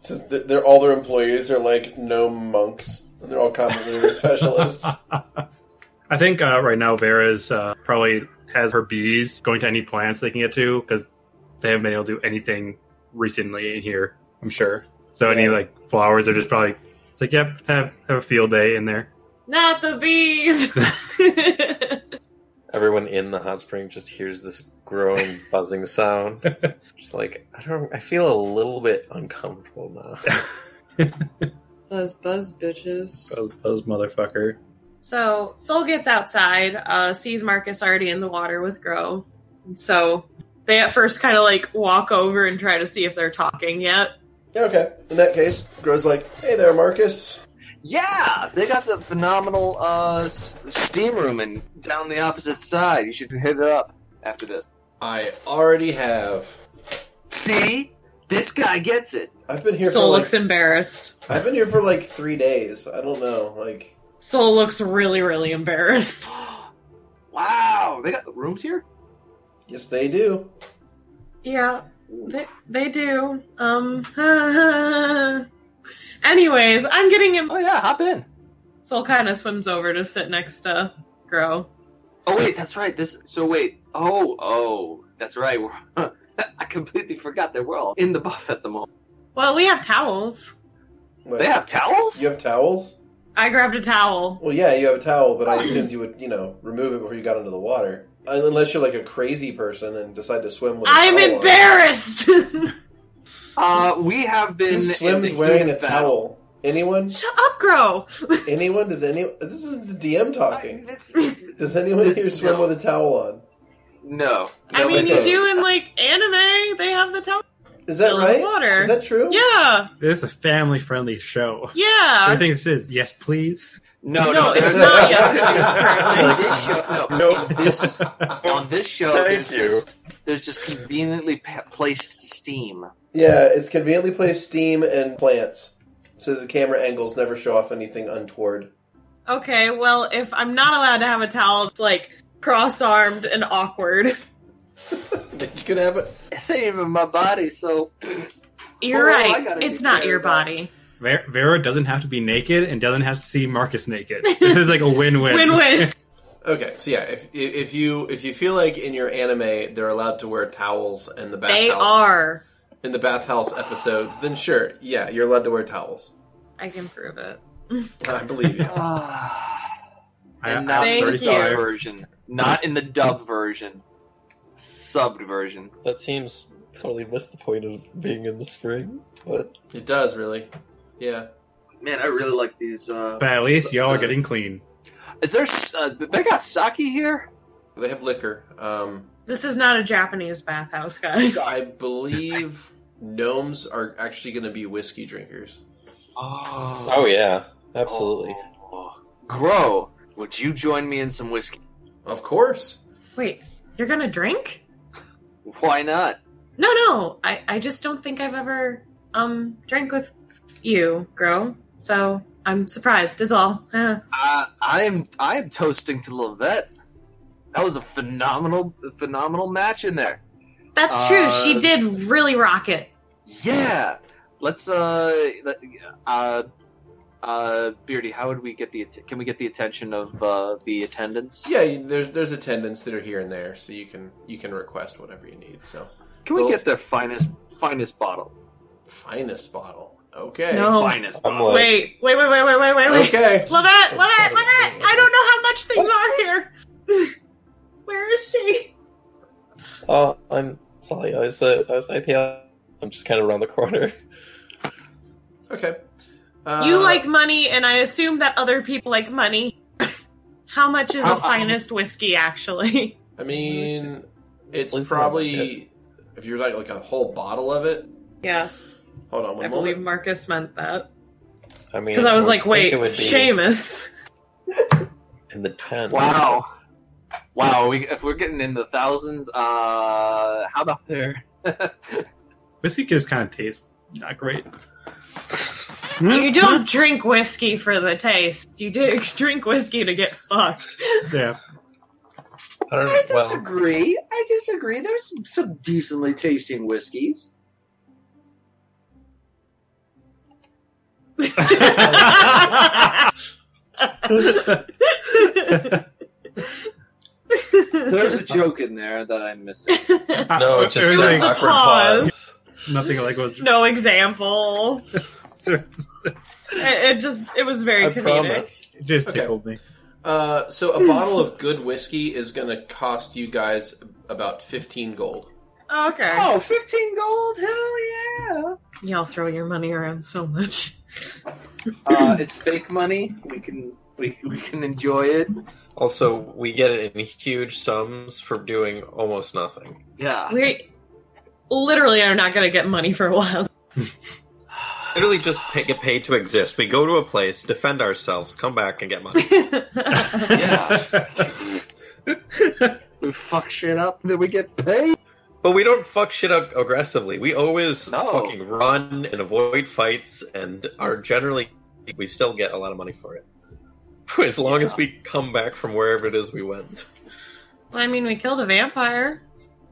F: So th- they're all their employees are like gnome monks. And they're all combat maneuver specialists.
G: I think uh, right now Vera's uh, probably has her bees going to any plants they can get to because they haven't been able to do anything recently in here. I'm sure. So any
F: Yeah.
G: like flowers are just probably it's like yep have have a field day in there.
B: Not the bees!
D: Everyone in the hot spring just hears this growing buzzing sound. Just like I don't, I feel a little bit uncomfortable now.
B: buzz, buzz, bitches.
G: Buzz, buzz motherfucker.
B: So Soul gets outside, uh, sees Marcus already in the water with Gro. And so they at first kind of like walk over and try to see if they're talking yet.
F: okay. In that case, Gro's like, "Hey there, Marcus.
E: Yeah, they got the phenomenal uh, s- steam room and down the opposite side. You should hit it up after this.
F: I already have.
E: See, this guy gets it.
F: I've been here
B: Soul
F: for
B: looks
F: like,
B: embarrassed.
F: I've been here for like three days. I don't know. Like,
B: Soul looks really, really embarrassed.
E: wow, they got rooms here.
F: yes, they do.
B: Yeah, they, they do. Um, Anyways, I'm getting him.
E: Oh yeah, hop in.
B: Soul kind of swims over to sit next to Grow.
E: Oh wait, that's right. This. So wait. Oh oh, that's right. We're, I completely forgot that we're all in the buff at the moment.
B: Well, we have towels.
F: Like,
E: They have towels.
F: You have towels?
B: I grabbed a towel.
F: Well, yeah, you have a towel, but I assumed you would, you know, remove it before you got into the water. Unless you're like a crazy person and decide to swim with. a
B: I'm
F: towel on.
B: embarrassed.
E: Uh, we have been.
F: Who
E: in
F: swims
E: the
F: wearing
E: heat
F: a
E: of battle.
F: towel? Anyone?
B: Shut up, Grow.
F: Anyone? Does any? This is the DM
E: I-
F: talking.
E: this-
F: Does anyone here swim
E: No.
F: with a towel on?
E: No.
B: I mean,
E: Nobody
B: you
E: does.
B: do in like anime. They have the towel
F: Is that
B: in the
F: right?
B: water.
F: Is that true?
B: yeah,
C: This is a family friendly show. I
B: yeah.
C: think this is yes, please.
E: No, no,
B: No, it's
E: they're-
B: not
F: yes,
E: On this show, no, this, on this show
H: Thank
E: there's,
H: you.
E: Just, there's just conveniently pa- placed steam.
F: Yeah, it's conveniently placed steam and plants, so the camera angles never show off anything untoward.
B: Okay, well, if I'm not allowed to have a towel, it's like cross-armed and awkward.
F: You could have it.
E: It's not even my body, so
B: You're
E: Well, I
B: right.
E: gotta
B: It's
E: be
B: not
E: fair
B: your
E: about-
B: body.
G: Ver- Vera doesn't have to be naked and doesn't have to see Marcus naked. This is like a win-win.
B: Win-win.
F: Okay, so yeah, if if you if you feel like in your anime they're allowed to wear towels in the
B: they are.
F: in the bathhouse episodes, then sure, yeah, you're allowed to wear towels.
B: I can prove it.
F: I believe you.
E: Ah,
C: I-
E: and
C: I-
E: not
B: Thank
E: in the
B: you.
E: dub version, not in the dub version, subbed version.
D: That seems totally missed the point of being in the spring. But
F: It does really. Yeah.
E: Man, I really like these. Uh,
C: but at least y'all are
E: uh,
C: getting clean.
E: Is there? s- Uh, they got sake here.
F: They have liquor. Um
B: This is not a Japanese bathhouse, guys.
F: I believe gnomes are actually going to be whiskey drinkers.
E: Oh,
D: oh yeah, absolutely.
E: Oh. Grow. Would you join me in some whiskey?
F: Of course.
B: Wait, you're gonna drink?
E: Why not?
B: No, no. I, I just don't think I've ever um drank with you, Grow. So I'm surprised is all. Huh.
E: Uh, I am. I am toasting to Levette. That was a phenomenal, phenomenal match in there.
B: That's true.
E: Uh,
B: she did really rock it.
E: Yeah. Let's uh, let- uh, uh, Beardy. How would we get the? att- Can we get the attention of uh, the attendants?
F: Yeah, you- there's there's attendants that are here and there, so you can you can request whatever you need. So
E: Can we
F: Well-
E: get their finest, finest bottle?
F: finest bottle. Okay.
B: No.
E: Finest
D: I'm
E: bottle.
D: like-
B: Wait, wait, wait, wait, wait, wait, wait, wait.
F: Okay.
B: Lavette, Lavette, Lavette! I don't know how much things are here. Where is she?
D: Oh, I'm sorry. I was uh, I was at the. I'm just kind of around the corner.
F: Okay. Uh,
B: you like money, and I assume that other people like money. how much is
E: How-
B: a finest whiskey, actually?
F: I mean,
D: Please
F: it's
D: don't like
F: probably if you're like like a whole bottle of it.
B: Yes,
F: Hold on one
B: I
F: moment.
B: believe Marcus meant that.
D: I mean,
B: Because I was
D: would
B: like,
D: think
B: wait,
D: it would be
B: Seamus.
D: in the tent.
E: Wow. Wow. We, if we're getting in the thousands, uh, how about there?
G: Whiskey just kind of tastes not great.
B: You don't drink whiskey for the taste. You do drink whiskey to get fucked.
G: Yeah.
D: I don't, well,
E: disagree. I disagree. There's some, some decently tasting whiskeys. There's a joke in there that I'm missing.
D: no, it's just
G: Or,
D: an
B: like-
D: awkward
B: Pause.
D: pause.
G: nothing like what's
B: no example. It, it just it was very
D: I
B: comedic.
D: promise.
G: It just
F: Okay.
G: tickled me.
F: Uh, so a bottle of good whiskey is going to cost you guys about 15 gold.
B: Okay.
E: Oh, 15 gold? Hell
B: Y'all throw your money around so much.
E: yeah! Uh, it's fake money. We can we, we can enjoy it.
D: Also, we get it in huge sums for doing almost nothing.
E: Yeah.
B: We literally are not gonna get money for a while.
D: Literally, just pay, get paid to exist. We go to a place, defend ourselves, come back, and get money.
E: We fuck shit up and then we get paid.
D: but we don't fuck shit up aggressively. We always
E: No.
D: fucking run and avoid fights, and are generally we still get a lot of money for it. As long as we come back from wherever it is we went.
B: I mean, we killed a vampire.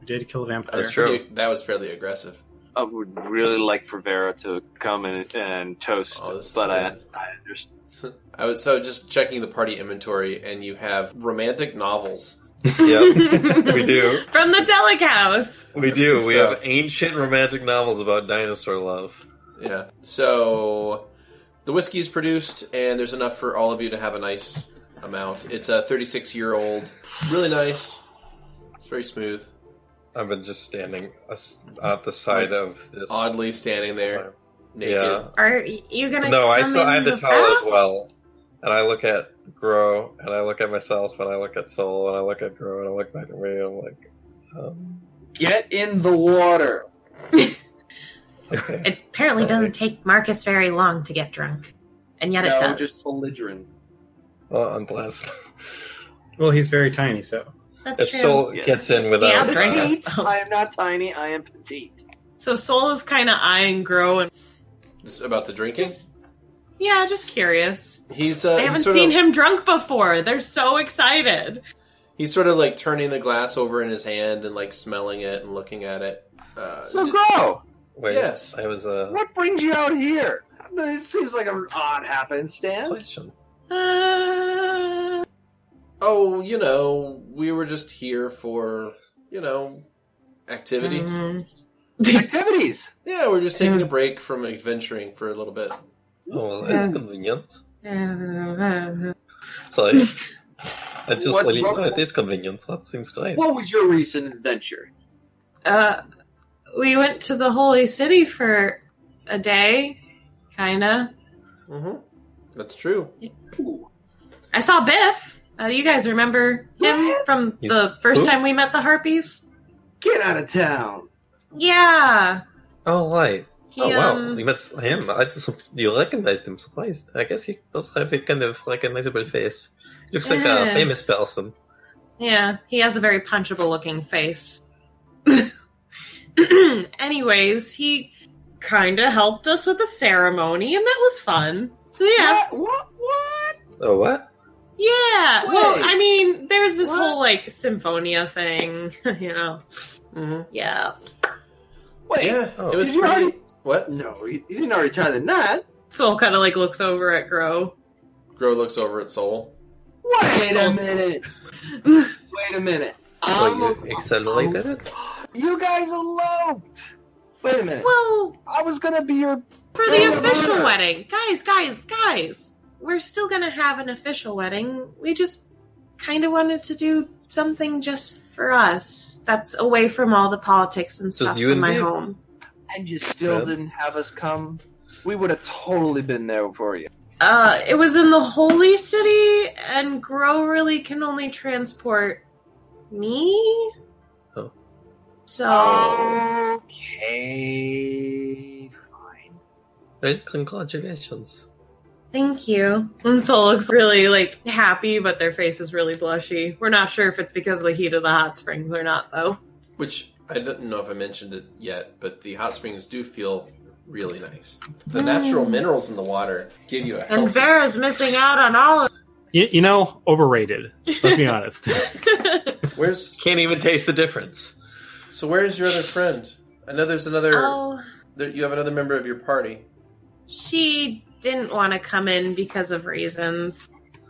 G: We did kill a
F: That
G: vampire.
D: That's
F: was
D: true.
F: pretty- that was fairly aggressive.
E: I would really like for Vera to come and, and toast,
F: Oh, this is
E: but I,
F: good.
E: I understand.
F: I would, so just checking the party inventory, and you have romantic novels.
D: Yep, we
B: From
D: do.
B: the Delic House.
D: We
F: That's
D: do.
F: good
D: We
F: stuff.
D: have ancient romantic novels about dinosaur love.
F: Yeah. So the whiskey is produced, and there's enough for all of you to have a nice amount. It's a 36 year old, really nice. It's very smooth.
D: I've been just standing as- at the side of this.
F: Oddly standing there, naked.
D: Yeah.
B: Are you gonna?
D: No, I
B: come
D: still I
B: in
D: have the
B: the
D: towel as
B: bath?
D: well. And I look at Grow, and I look at myself, and I look at Soul, and I look at Grow, and I look back at me, and I'm like, um,
E: Get in the water.
D: okay.
H: It apparently doesn't take Marcus very long to get drunk, and yet it
E: no,
H: does.
E: just belligerent.
D: well, I'm blessed.
C: Well, he's very tiny, so
H: That's
D: if
H: true.
D: Soul
E: Yeah.
D: gets in without,
H: Yeah, drink us.
E: Petite. I am not tiny. I am petite.
B: So Soul is kind of eyeing Grow and
F: Just about the drinking.
B: just, yeah, just curious.
F: he's uh,
B: I
F: he's
B: haven't
F: sort
B: seen
F: of,
B: him drunk before. They're so excited.
F: He's sort of like turning the glass over in his hand and like smelling it and looking at it. Uh,
E: So
F: d-
E: grow.
D: wait,
F: Yes.
D: I was uh, a
E: What brings you out here? It seems like an odd happenstance.
D: question.
B: Uh,
F: oh, you know, we were just here for you know activities.
B: mm.
E: Activities.
F: Yeah, we're just taking a break from adventuring for a little bit.
D: Oh, well,
B: Yeah.
D: that's convenient.
B: Well,
D: Sorry. I just
E: What's
D: really,
E: wrong-
D: no, it is convenient. That seems great.
E: What was your recent adventure?
B: uh, we went to the holy city for a day, kinda.
F: Mm-hmm. That's true.
E: Ooh.
B: I saw Biff. Uh, do you guys remember him from
D: He's-
B: the first
D: who?
B: time we met the harpies?
E: Get out of town.
B: Yeah.
D: Oh, right.
B: He,
D: oh, wow.
B: um,
D: You met him. I, su- you recognized him. Surprised. I guess he does have a kind of recognizable face. He looks like a
B: Yeah.
D: famous person.
B: Yeah, he has a very punchable looking face. Anyways, he kind of helped us with the ceremony, and that was fun. So, yeah.
E: What? What? What?
D: Oh, what?
B: Yeah. Well,
E: Wait.
B: I mean, there's this
E: What?
B: whole, like, symphonia thing, you know?
F: Mm-hmm.
B: Yeah.
E: Wait.
F: Yeah,
D: Oh.
F: it was
E: Did you
F: pretty-
E: already-
F: What?
E: No, you, you didn't already tie the knot.
B: Soul kind of, like, looks over at Grow.
F: Grow looks over at Soul.
E: Wait
B: So-
E: a minute. Wait a minute.
D: So
B: Um,
E: I'm
D: Oh, you accelerated it?
E: you guys eloped. Wait a minute.
B: Well,
E: I was gonna be your.
B: for the
E: Oh,
B: official
E: yeah.
B: wedding. Guys, guys, guys. We're still going to have an official wedding. We just kind of wanted to do something just for us that's away from all the politics and
D: Just
B: stuff
D: you
B: in
D: and
B: my
D: me?
B: home.
E: And you still
D: Yeah.
E: didn't have us come. We would have totally been there for you.
B: Uh, it was in the holy city, and Grow really can only transport me.
D: Oh.
B: So
E: Okay. Fine.
D: Well, congratulations.
B: thank you. And Soul looks really like happy, but their face is really blushy. We're not sure if it's because of the heat of the hot springs or not, though.
F: Which I didn't know if I mentioned it yet, but the hot springs do feel really nice. The natural minerals in the water give you a
B: And
F: healthy.
B: Vera's missing out on all of
A: You, you know, overrated. Let's be honest.
F: Where's
D: Can't even taste the difference.
F: so? Where's your other friend? I know there's another.
B: Oh,
F: There, you have another member of your party.
B: she didn't want to come in because of reasons.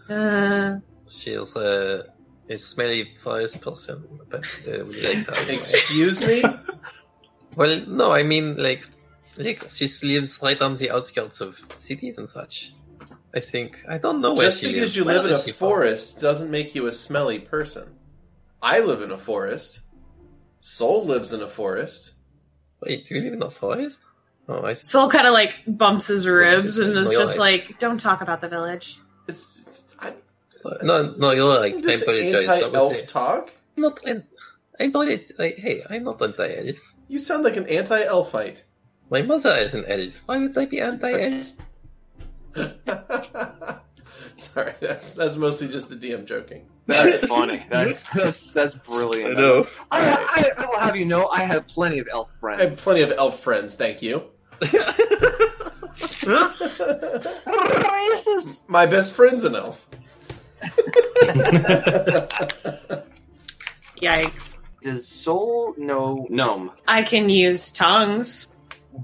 B: Uh,
D: She's uh, a smelly voice person, but uh, we like her.
F: Excuse me.
D: Well, no, I mean like, like she lives right on the outskirts of cities and such. I think I don't know where
F: Just
D: she
F: because
D: lives.
F: you
D: Where
F: live in a
D: is she from?
F: forest doesn't make you a smelly person. I live in a forest. Soul lives in a forest.
D: Wait, do you live in a forest? Oh, I see.
B: Soul kind of like bumps his ribs and is
D: Well,
B: just like, "Don't talk about the village."
F: It's, it's I,
D: No, no, you're like I
F: this
D: apologize. I was
F: anti-elf
D: saying-
F: talk.
D: not an- I apologize. I, hey, I'm not anti-elf.
F: You sound like an anti-elfite.
D: My mother is an elf. Why would I be anti-elf?
F: Sorry, that's that's mostly just the DM joking.
E: That's funny. That, that's that's brilliant. I, I, I will have you know, I have plenty of elf
F: I have
E: friends.
F: plenty of elf friends, thank you.
E: Racist.
F: My best friend's an elf.
B: Yikes!
E: Does Soul know gnome?
B: I can use tongues.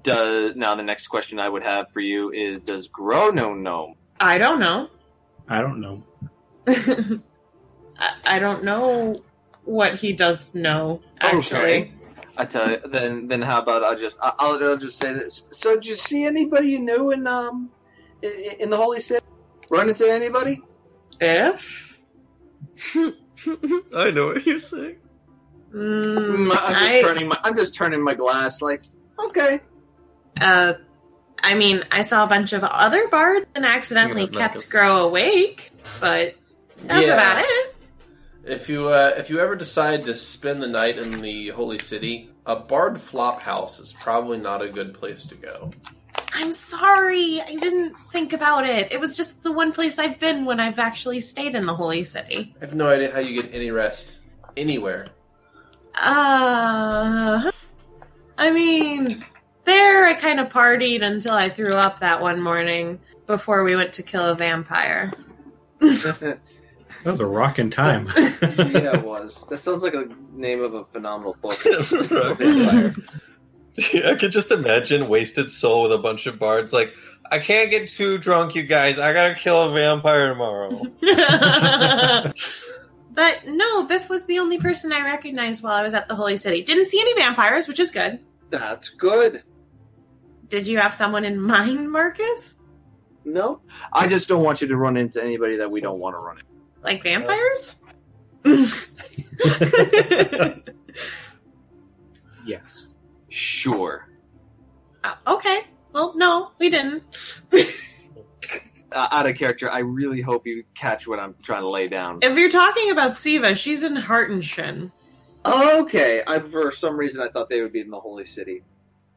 E: does now the next question I would have for you is does Grono know?
B: I don't know.
G: I don't know.
B: I, I don't know what he does know. Actually,
E: Okay. I tell you, then then how about I just I- I'll, I'll just say this. So did you see anybody you knew in um i- i- in the Holy City? Run into anybody?
B: if
D: I know what you're saying.
B: mm,
E: Mm, I'm just
B: I,
E: turning my I'm just turning my glass like okay.
H: Uh, I mean, I saw a bunch of other bards and accidentally
D: You're gonna knock
H: kept
D: us.
H: Grow awake, but that's
F: Yeah.
H: about it.
F: If you uh, if you ever decide to spend the night in the holy city, a bard flop house is probably not a good place to go.
H: I'm sorry, I didn't think about it. It was just the one place I've been when I've actually stayed in the holy city.
F: I have no idea how you get any rest anywhere.
H: Uh, I mean, there I kind of partied until I threw up that one morning before we went to kill a vampire.
G: That was a rocking time.
E: yeah, it was. That sounds like a name of a phenomenal book.
D: I could just imagine Wasted Soul with a bunch of bards like, I can't get too drunk, you guys. I gotta kill a vampire tomorrow.
H: but no, Biff was the only person I recognized while I was at the Holy City. Didn't see any vampires, which is good.
E: That's good.
H: Did you have someone in mind, Marcus?
E: No, I just don't want you to run into anybody that we don't want to run into.
H: Like vampires? Uh,
G: yes.
E: Sure.
H: Uh, okay. Well, no, we didn't.
E: Uh, out of character, I really hope you catch what I'm trying to lay down.
B: if you're talking about Siva, she's in Hartenshin.
E: Okay, I for some reason I thought they would be in the holy city.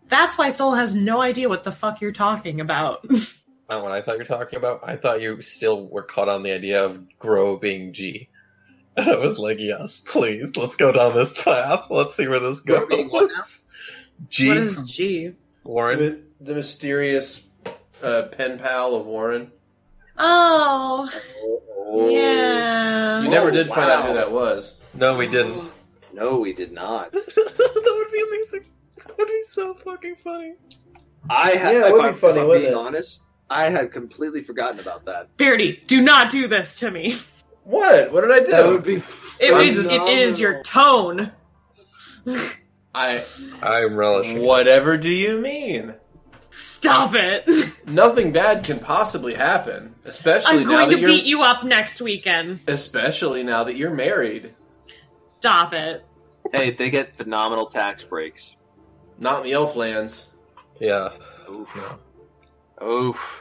B: That's why Soul has no idea what the fuck you're talking about.
D: I don't know what I thought you were talking about. I thought you still were caught on the idea of Grow being G. And I was like, yes, please, let's go down this path. Let's see where this
E: Grow being what now?
D: goes. G,
B: What is G?
D: Warren.
F: The, the mysterious uh, pen pal of Warren.
H: Oh,
F: You
H: yeah.
F: never
E: Oh,
F: did find out who
E: wow.
F: that was.
D: No, we didn't.
E: No, we did not.
D: that would be amazing. That would be so fucking funny.
E: I had,
F: Yeah, it
E: if
F: would be
E: I'm- if
F: funny,
E: I'm
F: wouldn't
E: being
F: it?
E: honest, I had completely forgotten about that.
B: Beardy, do not do this to me.
F: What? What did I do?
E: That would be
B: It is,
E: phenomenal.
B: it is your tone.
F: I
D: I'm relishing.
F: whatever do you mean?
B: Stop it.
F: Nothing bad can possibly happen, especially
B: I'm
F: now
B: going
F: that
B: to
F: you're
B: beat you up next weekend.
F: especially now that you're married.
B: Stop it.
E: Hey, they get phenomenal tax breaks.
F: Not in the elf lands.
D: Yeah.
E: Oof. Oof.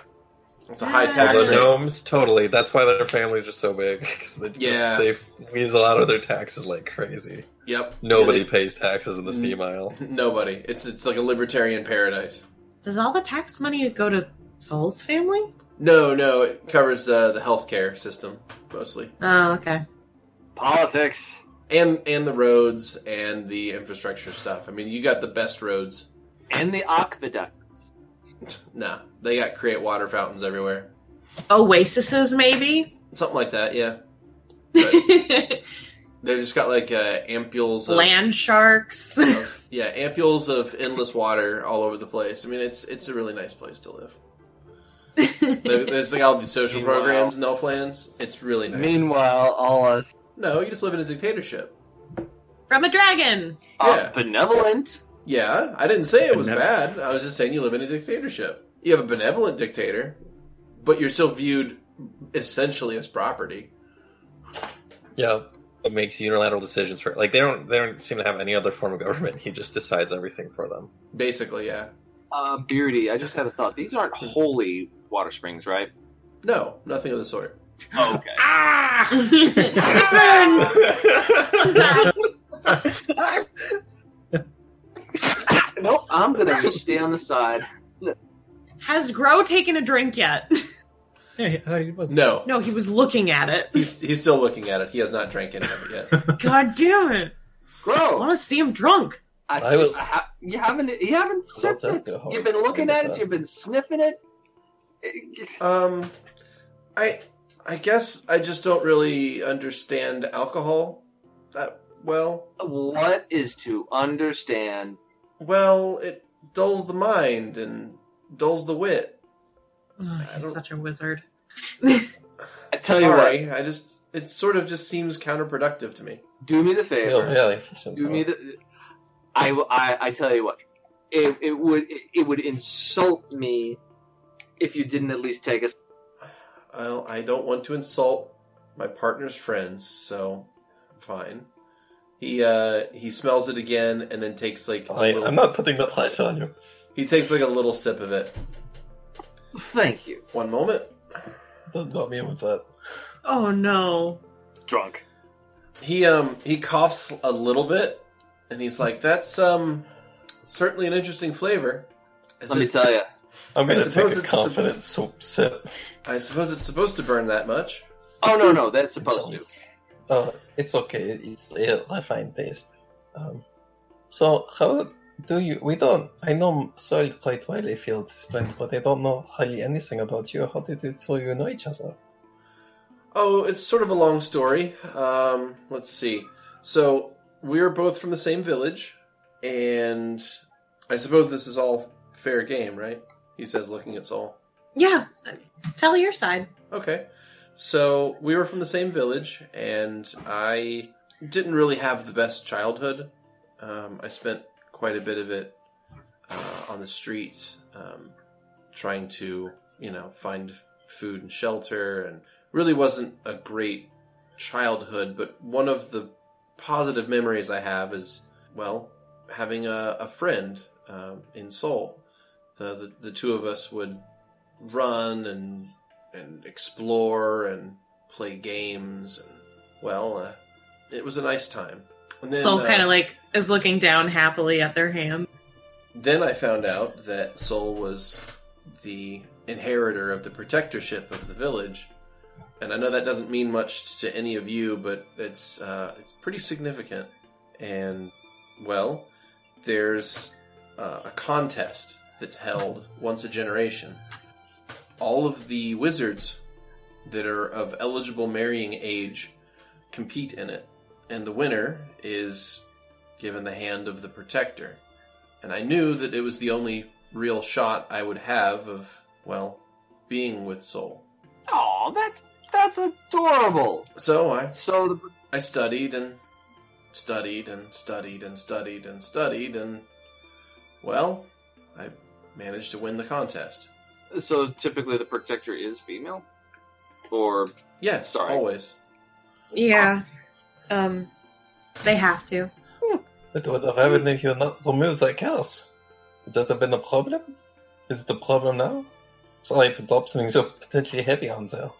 F: It's a high
D: Well,
F: tax
D: the
F: rate.
D: gnomes, totally. That's why their families are so big. 'cause they just-
F: Yeah.
D: they weasel out of their taxes like crazy.
F: Yep.
D: Nobody
F: Really.
D: pays taxes in the steam aisle.
F: Nobody. It's it's like a libertarian paradise.
H: Does all the tax money go to Soul's family?
F: No, no, it covers uh, the healthcare system mostly,
H: Oh, okay.
E: Politics.
F: and and the roads and the infrastructure stuff. I mean, you got the best roads.
E: And the aqueducts.
F: Nah, they got create water fountains everywhere,
H: Oases, maybe?
F: something like that. Yeah, But
H: Land
F: they just got like uh, ampules. Of,
H: sharks.
F: of- yeah, ampules of endless water all over the place. I mean, it's it's a really nice place to live. There- There's like all these social
E: Meanwhile-
F: programs in Elflands. It's really nice.
E: Meanwhile, all us
F: no, you just live in a dictatorship.
H: From a dragon.
E: are
F: Yeah.
E: benevolent.
F: Yeah, I didn't say it was
G: Benev-
F: bad. I was just saying you live in a dictatorship. You have a benevolent dictator, but you're still viewed essentially as property.
D: Yeah. It makes unilateral decisions for like they don't they don't seem to have any other form of government. He just decides everything for them.
F: Basically, yeah.
E: Uh, Beardy, I just had a thought. These aren't holy water springs, right?
F: No, nothing of the sort.
E: Okay.
F: Ah!
H: it burns. I'm sorry.
E: nope, I'm gonna just stay on the side.
B: Has Grow taken a drink yet?
G: Yeah, I thought he was.
F: No,
B: No, he was looking at it.
F: he's he's still looking at it. He has not drank any of it yet.
B: God damn it. I
E: Grow.
B: want to see him drunk.
E: I,
D: I was-
E: I ha- you haven't you haven't sipped
D: that
E: it.
D: go?
E: You've been looking
D: How
E: at
D: was that?
E: it. You've been sniffing it.
F: um, I I guess I just don't really understand alcohol that well.
E: What is to understand?
F: Well, it dulls the mind and dulls the wit.
B: Ugh,
F: I
B: he's
F: don't-
B: such a wizard.
E: I tell you what,
F: Sorry, I just it sort of just seems counterproductive to me.
E: do me the
D: Real
E: favor.
D: Valley fishing
E: Do me
D: pole.
E: the. I, will- I, I tell you what, it, it would it, it would insult me if you didn't at least take us.
F: I'll, I don't want to insult my partner's friends, so fine. He uh he smells it again and then takes like a
D: I,
F: little,
D: I'm not putting the pressure on you.
F: he takes like a little sip of it.
E: Thank you.
F: One moment.
D: Don't not me with that.
B: Oh no.
E: Drunk.
F: He um he coughs a little bit and he's like, "That's um certainly an interesting flavor." Is
E: Let me
F: it-
E: tell you.
D: I'm
F: I
D: gonna take
F: suppose
D: a
F: it's-
D: confident so sip.
F: I suppose it's supposed to burn that much.
E: Oh no no, that's
D: It's
E: supposed to.
D: always- Oh, it's okay. It's a refined taste. Um, so how do you? We don't. I know Sol played Field this plant, but I don't know hardly anything about you. How did you two you know each other?
F: Oh, it's sort of a long story. Um, let's see. So we're both from the same village, and I suppose this is all fair game, right? He says, looking at Saul.
H: Yeah, tell your side.
F: Okay. So we were from the same village, and I didn't really have the best childhood. Um, I spent quite a bit of it uh, on the street, um, trying to, you know, find food and shelter, and really wasn't a great childhood. But one of the positive memories I have is, well, having a, a friend um, in Seoul. The, the the two of us would run and and explore and play games and well uh, it was a nice time and then,
B: Soul
F: uh,
B: kind of like is looking down happily at their hand.
F: then i found out that sol was the inheritor of the protectorship of the village and i know that doesn't mean much to any of you but it's uh, it's pretty significant and well there's uh, a contest that's held once a generation all of the wizards that are of eligible marrying age compete in it. And the winner is given the hand of the protector. And I knew that it was the only real shot I would have of, well, being with Soul.
E: Oh, that's that's adorable.
F: So I,
E: So the
F: I studied and studied and studied and studied and studied and, well, I managed to win the contest.
E: So typically the protector is female? Or
F: Yes,
E: Sorry.
F: always.
H: Yeah, um, they have to.
D: It would have happened if you not removed that curse. Would that have been a problem? Is it a problem now? Sorry to drop something so potentially heavy on there.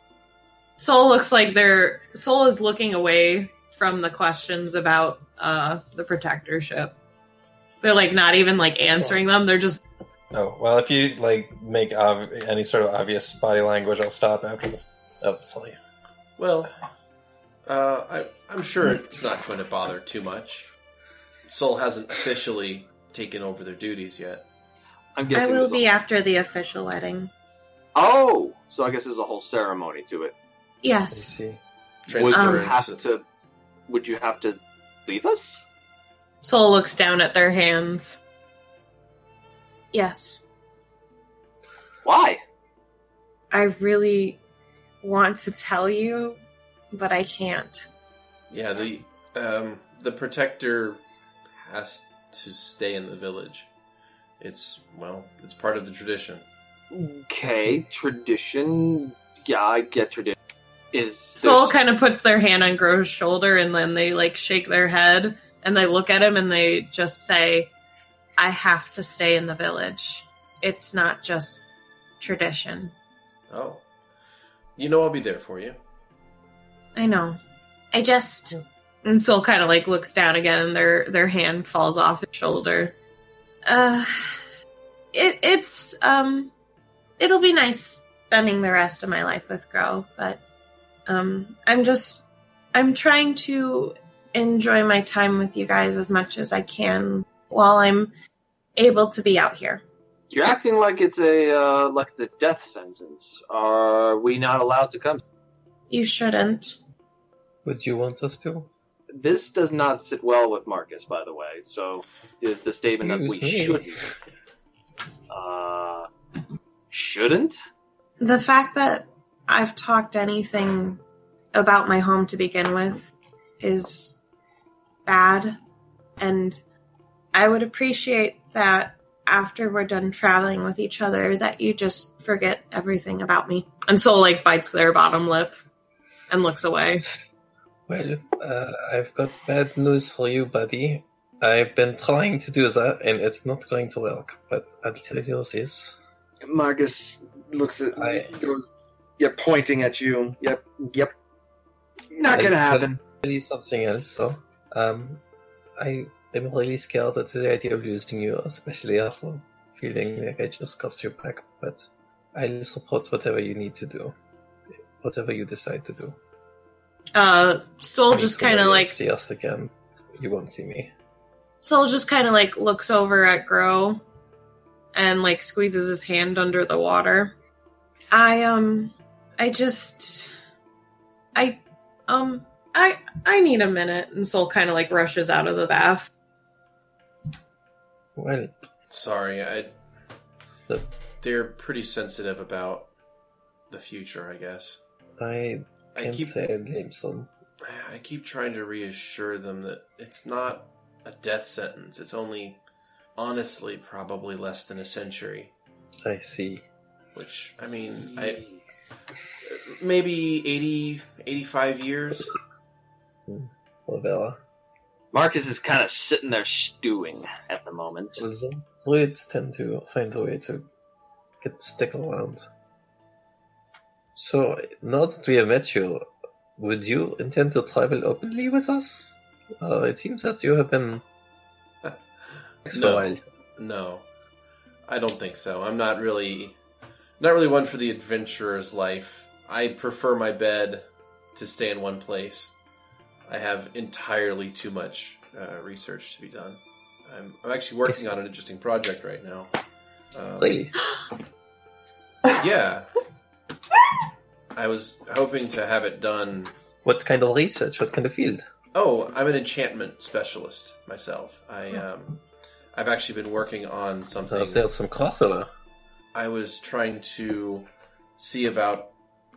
B: Soul looks like they're Soul is looking away from the questions about uh the protectorship. They're like not even like answering them. They're just
D: No. Well, if you like make ob- any sort of obvious body language, I'll stop after. The- oh, sorry.
F: Well, uh, I, I'm sure it's not going to bother too much. Soul hasn't officially taken over their duties yet.
E: I'm guessing
H: I will
E: there's
H: be
E: a-
H: after the official wedding.
E: Oh, so I guess there's a whole ceremony to it.
D: I
H: Yes,
D: see.
E: Would you
F: Transference.
E: have to would you have to leave us?
B: Soul looks down at their hands.
H: yes.
E: Why?
H: I really want to tell you, but I can't.
F: Yeah, the um, the protector has to stay in the village. It's well, it's part of the tradition.
E: Okay, tradition yeah, I get tradition. Is
B: Soul
E: there's-
B: kind of puts their hand on Gro's shoulder and then they like shake their head and they look at him and they just say,
H: I have to stay in the village. It's not just tradition.
F: Oh, you know, I'll be there for you.
H: I know. I just
B: and Soul kind of like looks down again and their their hand falls off his shoulder.
H: uh it it's um it'll be nice spending the rest of my life with Grow, but um I'm just I'm trying to enjoy my time with you guys as much as I can while I'm able to be out here.
E: You're acting like it's a uh, like it's a death sentence. Are we not allowed to come?
H: You shouldn't.
D: Would you want us to?
E: This does not sit well with Marcus, by the way. So the, the statement that we
D: Excuse me.
E: shouldn't uh, shouldn't.
H: The fact that I've talked anything about my home to begin with is bad. And I would appreciate that after we're done traveling with each other, that you just forget everything about me.
B: And Soul like bites their bottom lip and looks away.
D: Well, uh, I've got bad news for you, buddy. I've been trying to do that, and it's not going to work. But I'll tell you this:
E: Marcus looks at
D: I-
E: goes, yeah, pointing at you. Yep, yep. Not
D: I-
E: gonna happen.
D: tell you something else. So, um, I am really scared at the idea of losing you, especially after feeling like I just got your back. But I'll support whatever you need to do, whatever you decide to do.
B: Uh, Soul
D: If
B: just
D: somebody
B: kind of
D: else
B: like
D: see us again. You won't see me.
B: Soul just kind of like looks over at Grow and like squeezes his hand under the water.
H: I um I just
B: I, um, I, I need a minute. And Soul kind of like rushes out of the bath.
D: Well,
F: Sorry, I.
D: Look.
F: They're pretty sensitive about the future, I guess.
D: I
F: I
D: can't
F: keep
D: say I blame some.
F: I keep trying to reassure them that it's not a death sentence. It's only, honestly, probably less than a century.
D: I see.
F: Which I mean, I maybe 80, 85 years.
D: Lavella.
E: Marcus is kind of sitting there stewing at the moment.
D: So Druids tend to find a way to get stick around. So, now that we have met you, would you intend to travel openly with us? Uh, it seems that you have been for
F: No.
D: a while.
F: No, I don't think so. I'm not really, not really one for the adventurer's life. I prefer my bed to stay in one place. I have entirely too much uh, research to be done. I'm, I'm actually working on an interesting project right now. Um,
D: Really?
F: yeah, I was hoping to have it done
D: What kind of research? What kind of field?
F: Oh, I'm an enchantment specialist myself. I um, I've actually been working on something.
D: Uh, there's some crossover.
F: I was trying to see about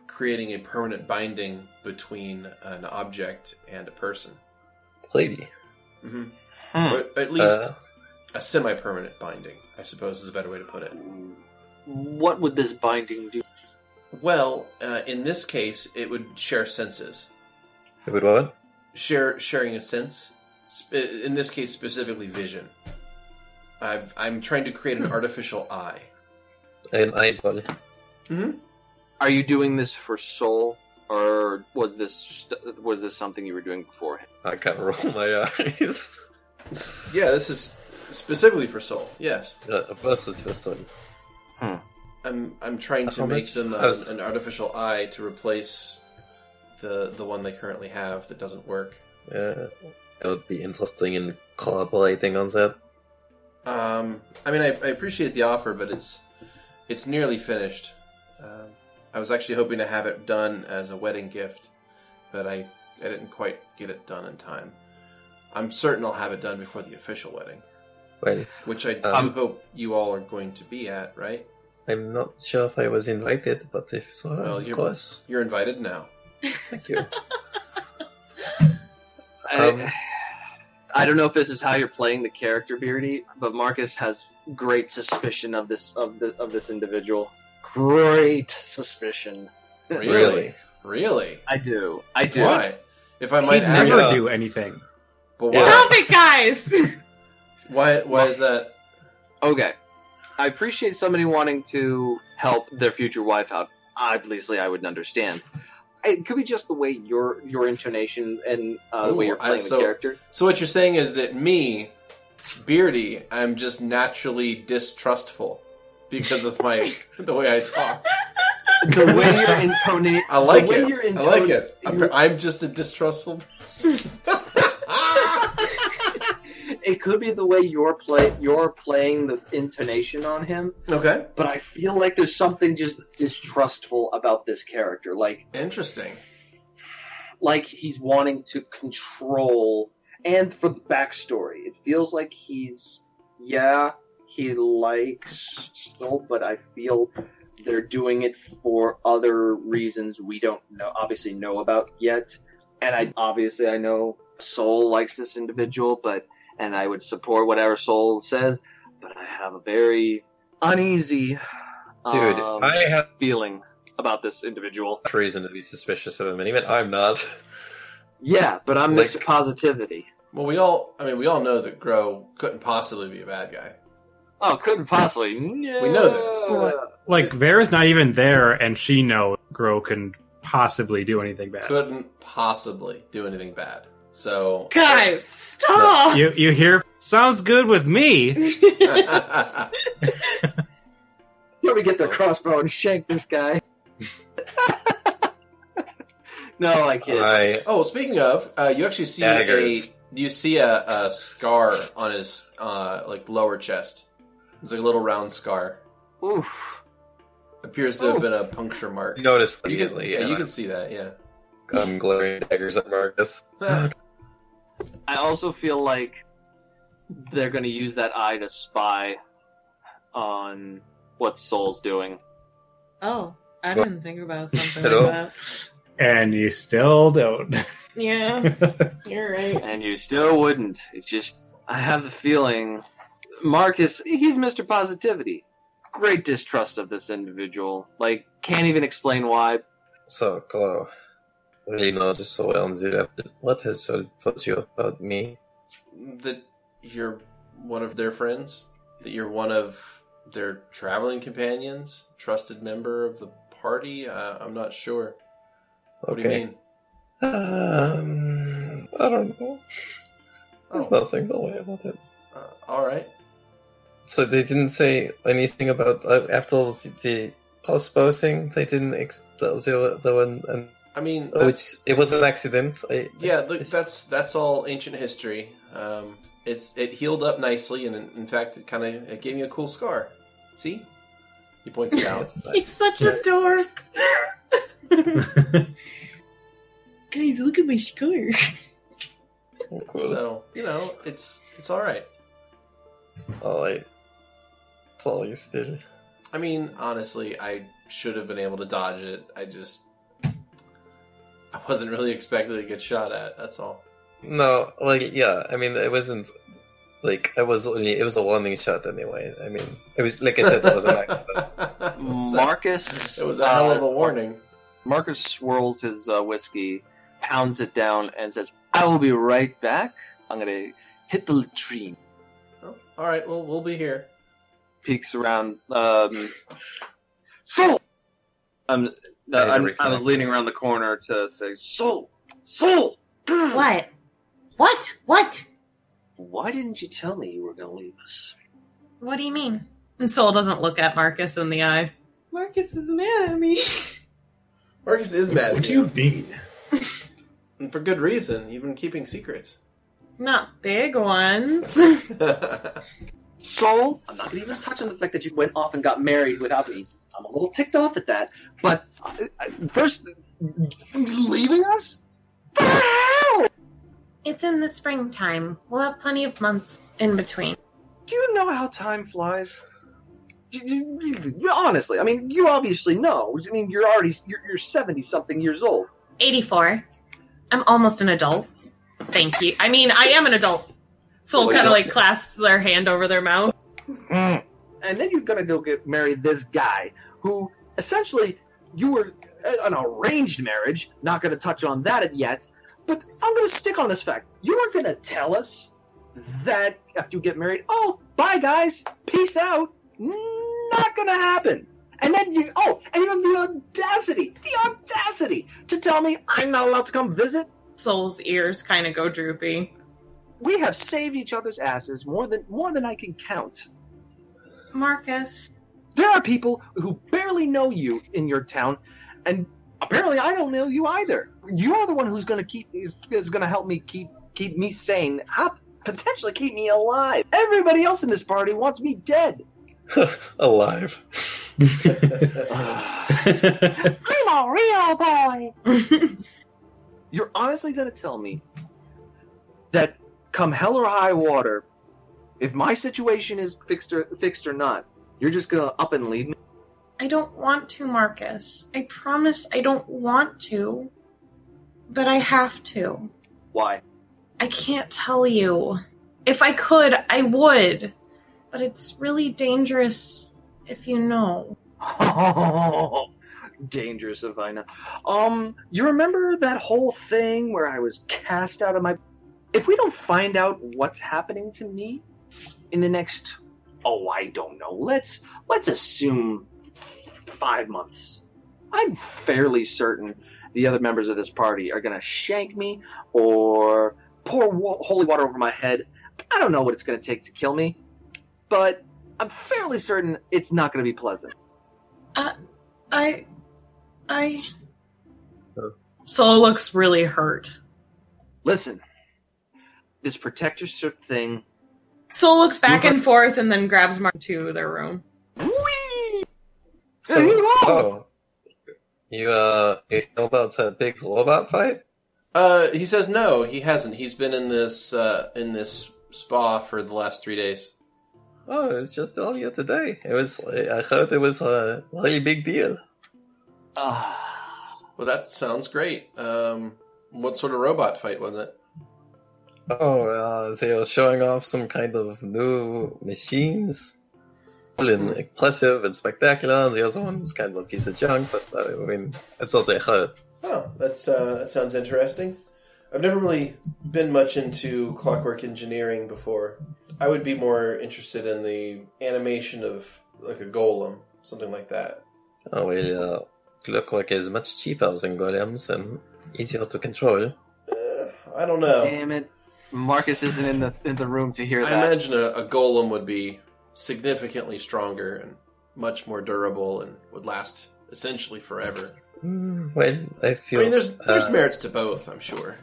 F: creating a permanent binding between an object and a person,
D: Really?
F: hmm
G: Hmm.
F: or at least
D: Uh,
F: a semi-permanent binding. I suppose is a better way to put it.
E: What would this binding do?
F: Well, uh, in this case, it would share senses,
D: it would work.
F: share sharing a sense. Sp- in this case, specifically vision. I've, I'm trying to create an artificial eye.
D: An eyeball.
E: Are you doing this for soul, or was this st- was this something you were doing beforehand?
D: I can't roll my eyes.
F: Yeah, this is specifically for Soul. Yes,
D: Uh, first, the first one.
F: I'm I'm trying to
D: How
F: make
D: much-
F: them
D: how
F: uh
D: is-
F: an artificial eye to replace the the one they currently have that doesn't work.
D: Uh, I would be interesting in collaborating on that.
F: Um, I mean, I, I appreciate the offer, but it's it's nearly finished. Um, I was actually hoping to have it done as a wedding gift, but I I didn't quite get it done in time. I'm certain I'll have it done before the official wedding,
D: Well,
F: which I do
D: Um,
F: hope you all are going to be at. Right?
D: I'm not sure if I was invited, but if so,
F: Well,
D: of
F: you're-
D: course.
F: You're invited now.
D: Thank you. Um,
E: I, I don't know if this is how you're playing the character, Beardy, but Marcus has great suspicion of this of the, of this individual. Great suspicion.
F: Really? Really?
E: I do. I do.
F: Why? If I might
G: He'd
F: ask, uh,
G: never
D: yeah.
G: do anything.
F: but
D: Yeah.
F: why,
B: Stop it, guys!
F: why? Why is that?
E: Okay. I appreciate somebody wanting to help their future wife out. Obviously, I wouldn't understand. It could be just the way your your intonation and uh, the way
F: Ooh,
E: you're
F: I-
E: playing
F: so-
E: the character.
F: So what you're saying is that me, Beardy, I'm just naturally distrustful because of my the way I talk.
E: The way you're intonate.
F: I like
E: the way
F: it.
E: You're
F: I like
E: intonate-
F: it. I'm, I'm just a distrustful person.
E: It could be the way you're play you're playing the intonation on him,
F: okay,
E: but I feel like there's something just distrustful about this character. Like
F: interesting.
E: like he's wanting to control. And for the backstory, it feels like he's yeah he likes Soul, but I feel They're doing it for other reasons we don't know, obviously know about yet. And I obviously I know Soul likes this individual, but and I would support whatever Soul says. But I have a very uneasy
D: Dude,
E: um,
D: I have
E: feeling about this individual.
D: much reason to be suspicious of him, and even I'm not.
E: Yeah, but I'm
D: Like-
E: Mr. Positivity.
F: Well, we all, I mean, we all know that Grow couldn't possibly be a bad guy.
E: Oh, couldn't possibly.
F: We know this.
E: No.
G: Like Vera's not even there, and she knows Grow can possibly do anything bad.
F: Couldn't possibly do anything bad. So.
B: Guys, stop!
G: You you hear? Sounds good with me.
E: Here we
F: Oh.
E: get the crossbow and shank this guy. no, I kid.
D: I
F: oh, speaking of, uh, you actually see
D: Daggers.
F: a you see a, a scar on his uh, like lower chest. It's like a little round scar.
E: Oof.
F: Appears to have
E: Oh.
F: been a puncture mark.
D: noticed
F: you can,
D: immediately.
F: yeah, you
D: and
F: can see that. Yeah. Ah,
D: I- I'm glaring daggers at Marcus.
E: I also feel like they're going to use that eye to spy on what Soul's doing.
B: Oh, I didn't think about something
D: Hello?
B: like that.
G: And you still don't.
B: Yeah, you're right.
E: And you still wouldn't. It's just, I have the feeling Marcus, he's Mr. Positivity. Great distrust of this individual. Like, can't even explain why.
D: So, Glow, you know just so well and zero, but what has Sol told you about me?
F: that you're one of their friends, that you're one of their traveling companions, trusted member of the party. Uh, I'm not sure. What do you mean?
D: Um, I don't know. There's
F: Oh.
D: nothing, don't worry about it.
F: Uh, all right.
D: So they didn't say anything about, uh, after all the, the crossbow thing, they didn't, ex- the, the, the one, and,
F: I mean,
D: oh,
F: that's,
D: it's, it was an accident. I,
F: yeah, look,
D: it's-
F: that's that's all ancient history. Um, it's it healed up nicely, and in, in fact, it kind of it gave me a cool scar. See, he points it out.
D: yes, I-
B: He's such a dork. Guys, look at my scar.
F: so you know, it's it's all right.
D: Oh, I, it's all you still.
F: I mean, honestly, I should have been able to dodge it. I just I wasn't really expecting to get shot at. That's all.
D: No, like yeah, I mean it wasn't like it was only it was a warning shot anyway. I mean it was like I said that was an accident.
F: It's a-
E: Marcus.
F: It was a hell of a
E: uh,
F: warning.
E: Marcus swirls his uh, whiskey, pounds it down, and says, I will be right back. I'm going to hit the latrine.
F: Oh, all right, well, we'll be here.
E: Peeks around. Um, soul! I'm, no,
D: I had to
E: I'm,
D: reconnect.
E: I'm leaning around the corner to say, Soul! Soul!
H: What? What? What?
E: Why didn't you tell me you were going to leave us?
H: What do you mean?
B: And Soul doesn't look at Marcus in the eye. Marcus is mad at me.
F: Marcus is mad
G: What
F: at
G: do you
F: you,
G: mean?
F: and for good reason. You've been keeping secrets.
B: Not big ones.
E: Soul, I'm not going to even touch on the fact that you went off and got married without me. I'm a little ticked off at that. But I, I, first, leaving us? The hell?
H: It's in the springtime. We'll have plenty of months in between.
E: Do you know how time flies? Do you- you- you- honestly, I mean, you obviously know. I mean, you're already you're, you're seventy something years old.
H: 84. I'm almost an adult.
B: Thank you. I mean, I am an adult. Soul
E: Well,
B: kind
E: yeah.
B: of like clasps their hand over their mouth.
E: And then you're gonna go get married this guy who essentially you were uh, an arranged marriage. Not gonna touch on that yet. But I'm gonna stick on this fact. You are gonna tell us that after you get married, oh, bye guys, peace out. Not gonna happen. And then you, oh, and you have the audacity, the audacity to tell me I'm not allowed to come visit.
B: Soul's ears kind of go droopy.
E: we have saved each other's asses more than more than I can count.
H: Marcus.
E: There are people who barely know you in your town, and apparently I don't know you either. You are the one who's going to keep is, is going to help me keep keep me sane, hop, potentially keep me alive. Everybody else in this party wants me dead.
D: Alive.
E: I'm a real boy. You're honestly going to tell me that come hell or high water, if my situation is fixed or, fixed or not, you're just going to up and leave me?
B: I don't want to, Marcus. I promise I don't want to, but I have to.
E: Why?
B: I can't tell you. If I could, I would. But it's really dangerous if you know.
E: Dangerous, Avina. Um, you remember that whole thing where I was cast out of my. If we don't find out what's happening to me in the next, oh, I don't know. Let's let's assume five months. I'm fairly certain the other members of this party are gonna shank me or pour wa- holy water over my head. I don't know what it's gonna take to kill me, but I'm fairly certain it's not gonna be pleasant.
B: Uh, I. I.
I: Sol looks really hurt.
E: Listen, this protector cert thing.
I: Sol looks back and forth and then grabs Mark to their room.
E: Hey, you all!
D: so, oh, you uh, you know about that big robot fight?
F: Uh, he says no, he hasn't. He's been in this uh, in this spa for the last three days.
D: Oh, it was just earlier today. It was. I heard it was a really big deal.
E: Ah,
F: Well, that sounds great. Um, what sort of robot fight was it?
D: Oh, uh, they were showing off some kind of new machines. All in
F: Hmm.
D: impressive and spectacular. The other one was kind of a piece of junk, but uh, I mean, that's what they heard.
F: Oh, that's uh, that sounds interesting. I've never really been much into clockwork engineering before. I would be more interested in the animation of like a golem, something like that.
D: Oh, well, uh, clockwork is much cheaper than golems and easier to control.
F: Uh, I don't know.
E: damn it! Marcus isn't in the in the room to hear
F: I
E: that.
F: imagine a, a golem would be significantly stronger and much more durable and would last essentially forever.
D: Mm, well, I feel.
F: I mean, there's there's
D: uh,
F: merits to both, I'm sure.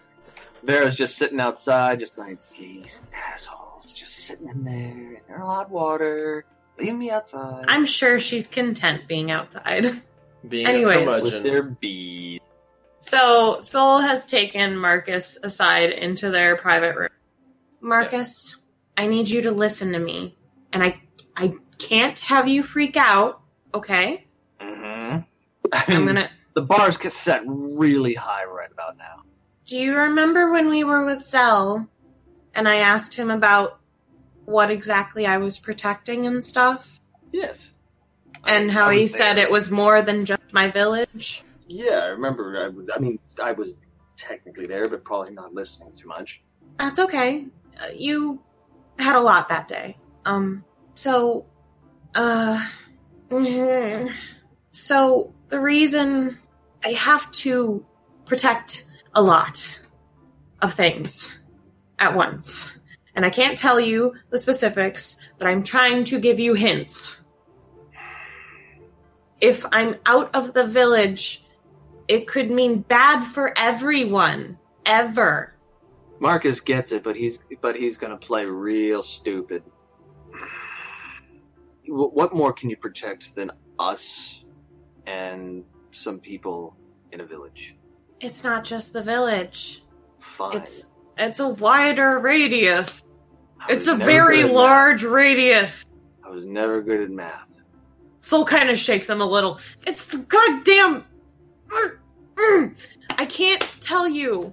E: Vera's just sitting outside, just like these assholes, just sitting in there in their hot water. Leave me outside
B: I'm sure she's content being outside.
F: Being
B: Anyways.
F: a
E: with
F: curmudgeon.
E: their bees.
B: So Sol has taken Marcus aside into their private room. Marcus, I need you to listen to me. And I I can't have you freak out, okay?
E: Mm-hmm.
B: I'm gonna
E: The bar's ca- set really high right about now.
B: Do you remember when we were with Zell and I asked him about what exactly I was protecting and stuff?
E: Yes.
B: And how he said it was more than just my village?
E: Yeah, I remember. I was. I mean, I was technically there, but probably not listening too much.
B: That's okay. Uh, You had a lot that day. Um, so, uh, mhm. so the reason I have to protect a lot of things at once. And I can't tell you the specifics, but I'm trying to give you hints. If I'm out of the village, it could mean bad for everyone. Ever.
E: Marcus gets it, but he's but he's gonna play real stupid. Wh- What more can you protect than us and some people in a village?
B: It's not just the village.
E: Fine.
B: It's it's a wider radius.
E: I was
B: It's a
E: never
B: very
E: good at
B: large radius.
E: math. I was never good at math.
B: Soul kind of shakes him a little. It's the goddamn. Mm, mm. I can't tell you.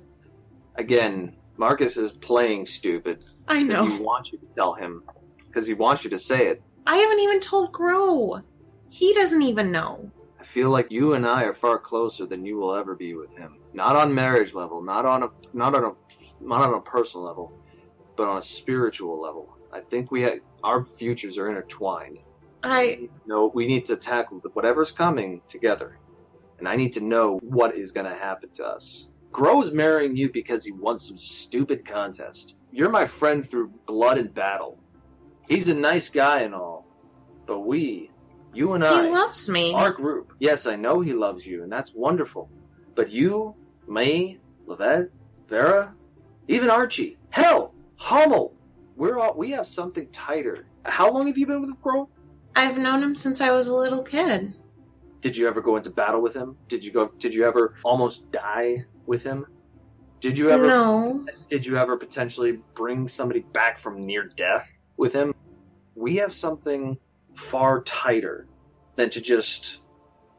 E: Again, Marcus is playing stupid.
B: I
E: 'cause
B: know.
E: He wants you to tell him because he wants you to say it.
B: I haven't even told Grow. He doesn't even know.
E: I feel like you and I are far closer than you will ever be with him. Not on marriage level, not on a not on a not on a personal level, but on a spiritual level. I think we ha- our futures are intertwined.
B: I
E: No, we need to tackle whatever's coming together, and I need to know what is going to happen to us. Grow is marrying you because he won some stupid contest. You're my friend through blood and battle. He's a nice guy and all, but we, you and
B: he
E: I,
B: loves me.
E: our group. Yes, I know he loves you, and that's wonderful. But you, me, Levette, Vera, even Archie, hell, Hummel, we're all we have something tighter. How long have you been with this girl?
B: I've known him since I was a little kid.
E: Did you ever go into battle with him? Did you go? Did you ever almost die with him? Did you ever?
B: No,
E: Did you ever potentially bring somebody back from near death with him? We have something far tighter than to just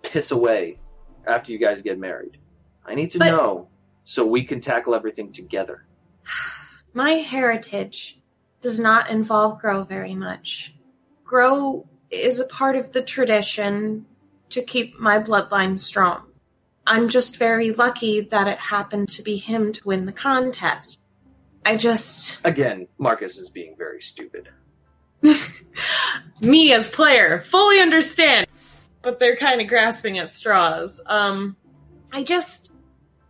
E: piss away after you guys get married. I need to
B: But-
E: know so we can tackle everything together.
B: My heritage does not involve grow very much. Grow is a part of the tradition to keep my bloodline strong. I'm just very lucky that it happened to be him to win the contest. I just.
E: Again, Marcus is being very stupid.
J: me as player fully understand but they're kind of grasping at straws um
B: I just,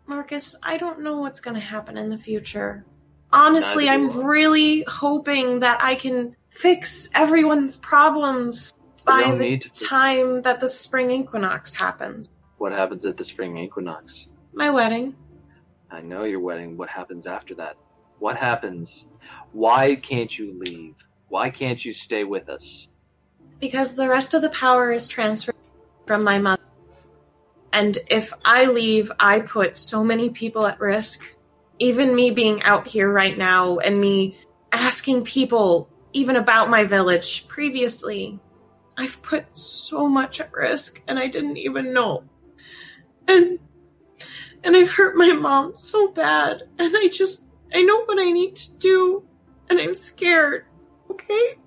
B: Marcus, I don't know what's going to happen in the future. Honestly,
E: Neither do
B: I'm
E: I.
B: really hoping that I can fix everyone's problems
E: We
B: by
E: don't
B: the
E: need to fix-
B: time that the spring equinox happens.
E: What happens at the spring equinox?
B: My wedding.
E: I know your wedding. What happens after that? What happens? Why can't you leave? Why can't you stay with us?
B: because the rest of the power is transferred from my mother. And if I leave, I put so many people at risk. Even me being out here right now and me asking people, even about my village previously, I've put so much at risk and I didn't even know. And and I've hurt my mom so bad and I just I know what I need to do and I'm scared. Okay?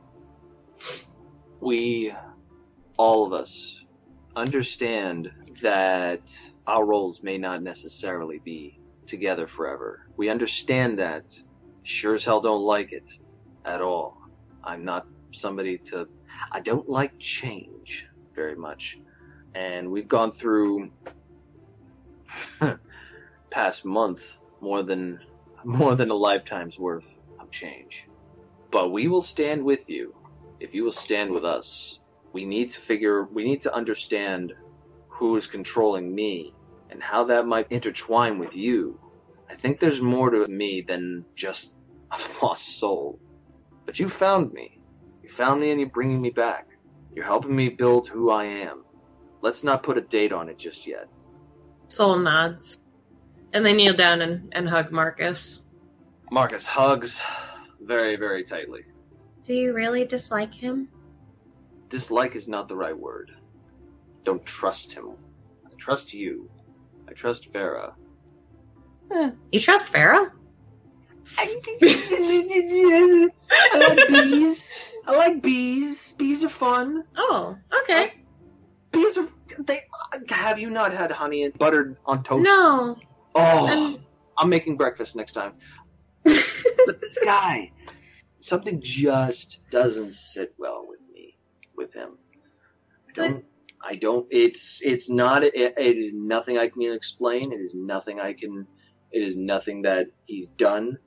E: we all of us understand that our roles may not necessarily be together forever. We understand that. Sure as hell don't like it at all. I'm not somebody to I don't like change very much. And we've gone through past month more than more than a lifetime's worth of change. But we will stand with you if you will stand with us, we need to figure, we need to understand who is controlling me and how that might intertwine with you. I think there's more to me than just a lost soul. But you found me. You found me and you're bringing me back. You're helping me build who I am. Let's not put a date on it just yet.
J: soul nods and they kneel down and, and hug marcus
E: Marcus hugs very, very tightly.
B: Do you really dislike him?
E: dislike is not the right word. Don't trust him. I trust you. I trust Vera.
B: You trust Farah?
E: I like bees. I like bees. Bees are fun.
B: Oh, okay.
E: Bees are. They have you not had honey and buttered on toast?
B: No.
E: Oh,
B: And-
E: I'm making breakfast next time. but this guy, something just doesn't sit well with me, with him. I don't. I don't. It's. It's not. It, it is nothing I can explain. It is nothing I can. It is nothing that he's done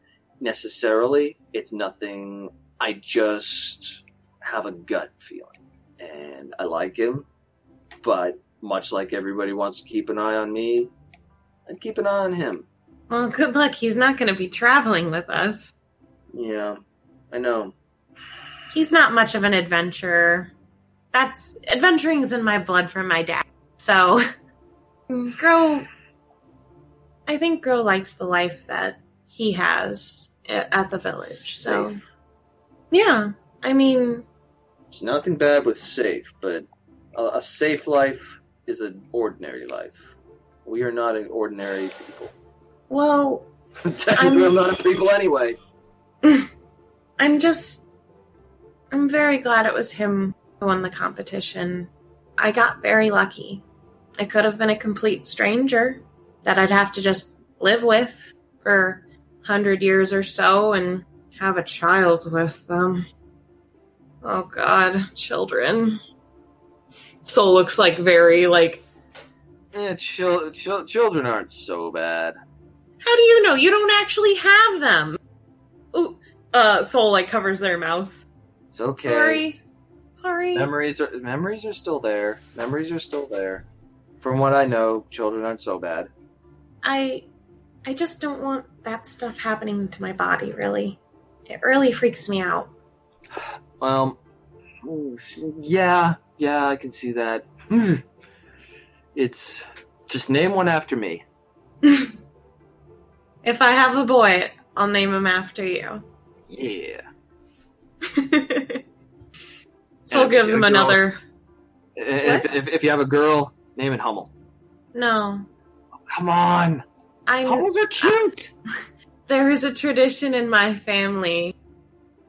E: necessarily. It's nothing. I just have a gut feeling, and I like him, but much like everybody wants to keep an eye on me, I'd keep an eye on him.
B: Well, good luck. He's not going to be traveling with us.
E: Yeah, I know.
B: He's not much of an adventurer. That's adventuring's in my blood from my dad. So, Grow. I think Grow likes the life that he has a- at the village. So,
E: Safe.
B: yeah. I mean,
E: It's nothing bad with safe, but a, a safe life is an ordinary life. We are not an ordinary people.
B: well,
E: Technically, I'm not a people anyway.
B: I'm just. I'm very glad it was him who won the competition. I got very lucky. I could have been a complete stranger that I'd have to just live with for 100 years or so and have a child with them. Oh god, children.
J: soul looks like very like
E: Yeah, Eh, chil- chil- children aren't so bad.
B: How do you know? You don't actually have them.
J: uh soul like covers their mouth
E: It's okay.
B: Sorry. Sorry.
E: Memories are memories are still there. Memories are still there. From what I know, children aren't so bad.
B: I I just don't want that stuff happening to my body, really. It really freaks me out.
E: Um, yeah, yeah, I can see that. Hmm. It's just name one after me.
B: if I have a boy, I'll name him after you.
E: Yeah.
J: soul
E: And if
J: gives
E: you
J: him
E: get a girl-
J: another
E: If, if, if you have a girl, name it Hummel.
H: No,
E: Come on,
H: I'm.
E: Hummels are cute.
H: There is a tradition in my family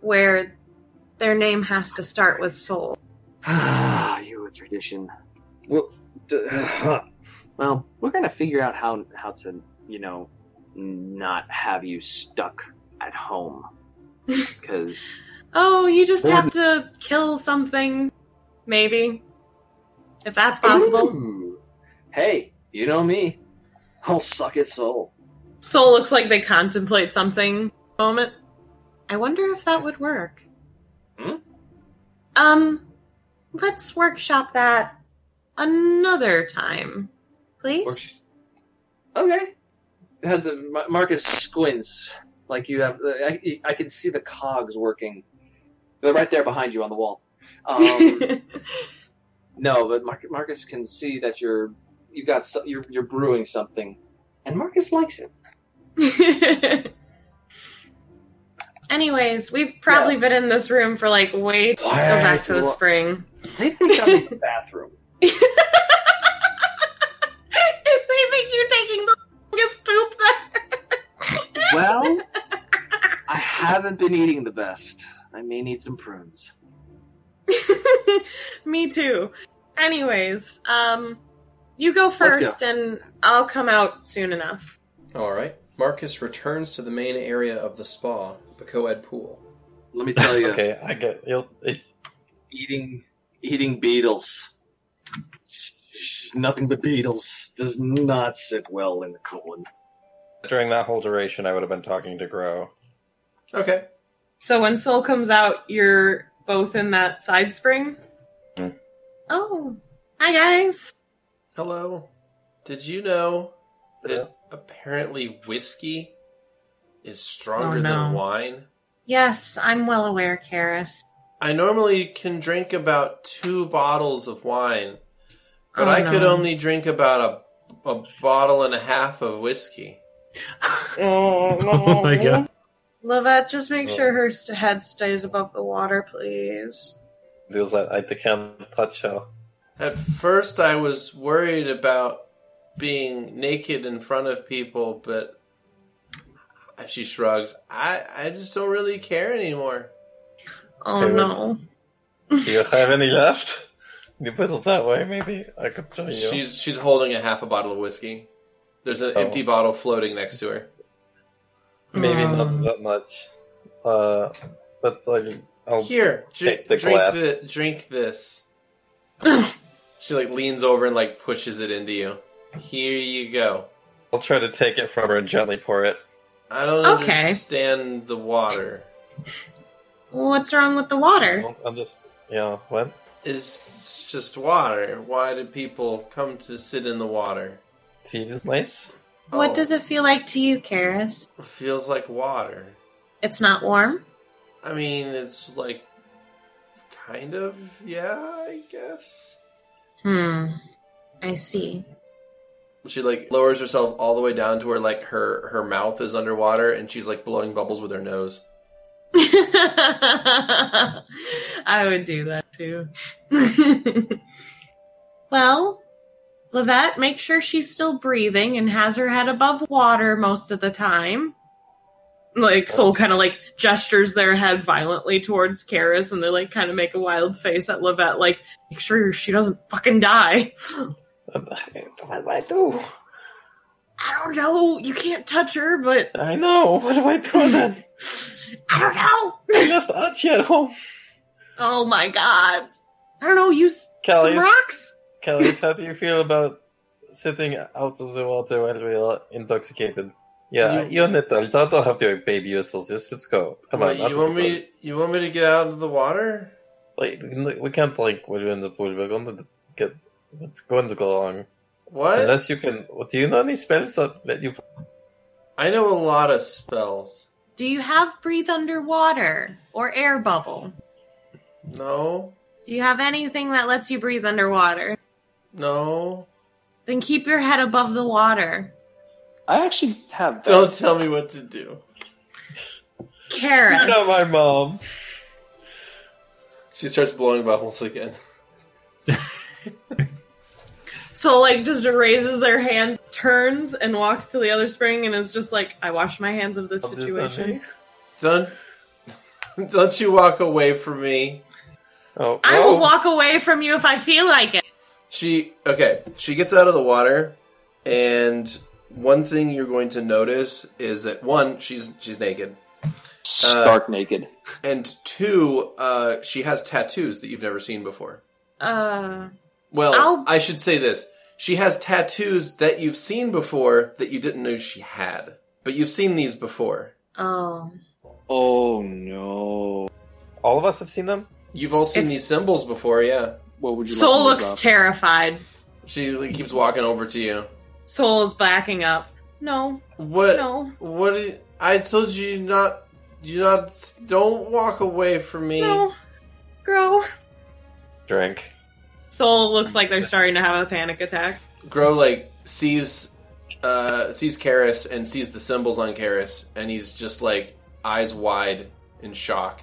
H: where their name has to start with soul.
E: Ah, you a tradition. Well, d- uh, well, we're gonna figure out how how to you know not have you stuck at home because
H: Oh, you just
E: Or-
H: have to kill something, maybe. If that's possible.
E: Ooh. Hey, you know me. I'll suck its soul.
B: Soul looks like they contemplate something. Moment.
H: I wonder if that would work.
E: Hmm?
H: Um, let's workshop that another time, please.
E: Or she- Okay. It has a, Ma- Marcus squints like you have. uh, I, I can see the cogs working. They're right there behind you on the wall. Um, No, but Mar- Marcus can see that you're you got so, you're, you're brewing something, and Marcus likes it.
H: Anyways, we've probably been in this room for like way. Go back to the
E: Why-
H: spring.
E: They think I'm in the bathroom.
H: I think you're taking the longest poop there.
E: Well, I haven't been eating the best. I may need some prunes.
H: Me too. Anyways, um, you go
E: go.
H: first, and I'll come out soon enough.
F: All right. Marcus returns to the main area of the spa, the co-ed pool.
E: Let me tell you,
D: Okay, I get it. It's
E: eating eating beetles. Nothing but beetles does not sit well in the colon.
D: during that whole duration, I would have been talking to Grow.
F: Okay.
B: So when Soul comes out, you're both in that side spring.
H: Oh, hi guys.
F: Hello. Did you know that
D: Yeah.
F: apparently whiskey is stronger
B: Oh, no.
F: than wine?
H: Yes, I'm well aware, Karis.
F: I normally can drink about two bottles of wine, but
B: Oh,
F: I could
B: no.
F: only drink about a, a bottle and a half of whiskey.
B: Oh,
C: Oh my god.
B: Lavette, just make sure her st- head stays above the water, please.
D: Deals that I can't touch her.
F: At first, I was worried about being naked in front of people, but she shrugs. I, I just don't really care anymore.
B: Oh
D: Okay,
B: no.
D: Do you have any left? You put it that way, maybe I could show you.
F: She's she's holding a half a bottle of whiskey. There's an
D: Oh.
F: empty bottle floating next to her.
D: Maybe
B: Um.
D: not that much. Uh, but I'll, I'll
F: Here, drink,
D: take the
F: drink,
D: glass.
F: the, drink this. she like leans over and like pushes it into you. Here you go.
D: I'll try to take it from her and gently pour it.
F: I don't
H: Okay.
F: understand the water.
H: What's wrong with the water?
D: I'll, I'll just yeah. What?
F: It's just water. Why do people come to sit in the water?
D: Feels nice.
F: Oh.
H: What does it feel like to you, Karis?
F: Feels like water.
H: It's not warm.
F: I mean, it's like kind of yeah, I guess.
H: Hmm. I see.
F: She like lowers herself all the way down to where like her her mouth is underwater and she's like blowing bubbles with her nose.
B: I would do that too.
H: well, Lavette, make sure she's still breathing and has her head above water most of the time.
B: Like Soul kind of like gestures their head violently towards Karis, and they like kind of make a wild face at Lavette, like make sure she doesn't fucking die.
D: Uh, What do I do?
B: I don't know. You can't touch her, but
D: I know. What do I do then?
B: I don't know.
D: I left Archie at home.
B: Oh my god. I don't know. Use
D: Kelly,
B: some rocks.
D: Kelly, how do you feel about sitting out of the water while we are intoxicated? Yeah,
F: You-
D: you, are little. I don't have to be useful. Just let's go. Come
F: What,
D: on, out
F: you
D: of
F: want
D: the
F: me? You want me to get out of the water?
D: pool. Like n- we can't like when we're in the pool. We're going to get. It's going to go wrong.
F: What?
D: Unless you can. Do you know any spells that let you?
F: I know a lot of spells.
H: Do you have breathe underwater or air bubble?
F: No,
H: Do you have anything that lets you breathe underwater?
F: no.
H: Then keep your head above the water.
E: I actually have. That.
F: Don't tell me what to do.
H: Karis.
D: You're not my mom.
F: She starts blowing bubbles again.
B: So like just raises their hands, turns and walks to the other spring and is just like, I wash my hands of this
D: Of this
B: situation.
F: Don't don't you walk away from me.
D: Oh,
H: I will
D: whoa.
H: walk away from you if I feel like it.
F: She okay. She gets out of the water, and one thing you're going to notice is that one, she's she's naked,
E: Stark naked.
F: and two, uh, she has tattoos that you've never seen before.
H: Uh,
F: Well,
H: I'll-
F: I should say this: she has tattoos that you've seen before that you didn't know she had, but you've seen these before.
H: oh.
E: Oh no.
D: All of us have seen them.
F: You've all seen
B: It's-
F: these symbols before, yeah.
E: What would you like
B: Soul
E: me to
B: looks
E: drop?
B: terrified.
F: She like, keeps walking over to you.
B: Soul is backing up. No,
F: What?
B: no,
F: What? do you- I told you not. You not. Don't walk away from me.
B: no. Grow.
D: Drink.
B: Soul looks like they're starting to have a panic attack.
F: Grow like sees uh sees Karis and sees the symbols on Karis and he's just like eyes wide in shock.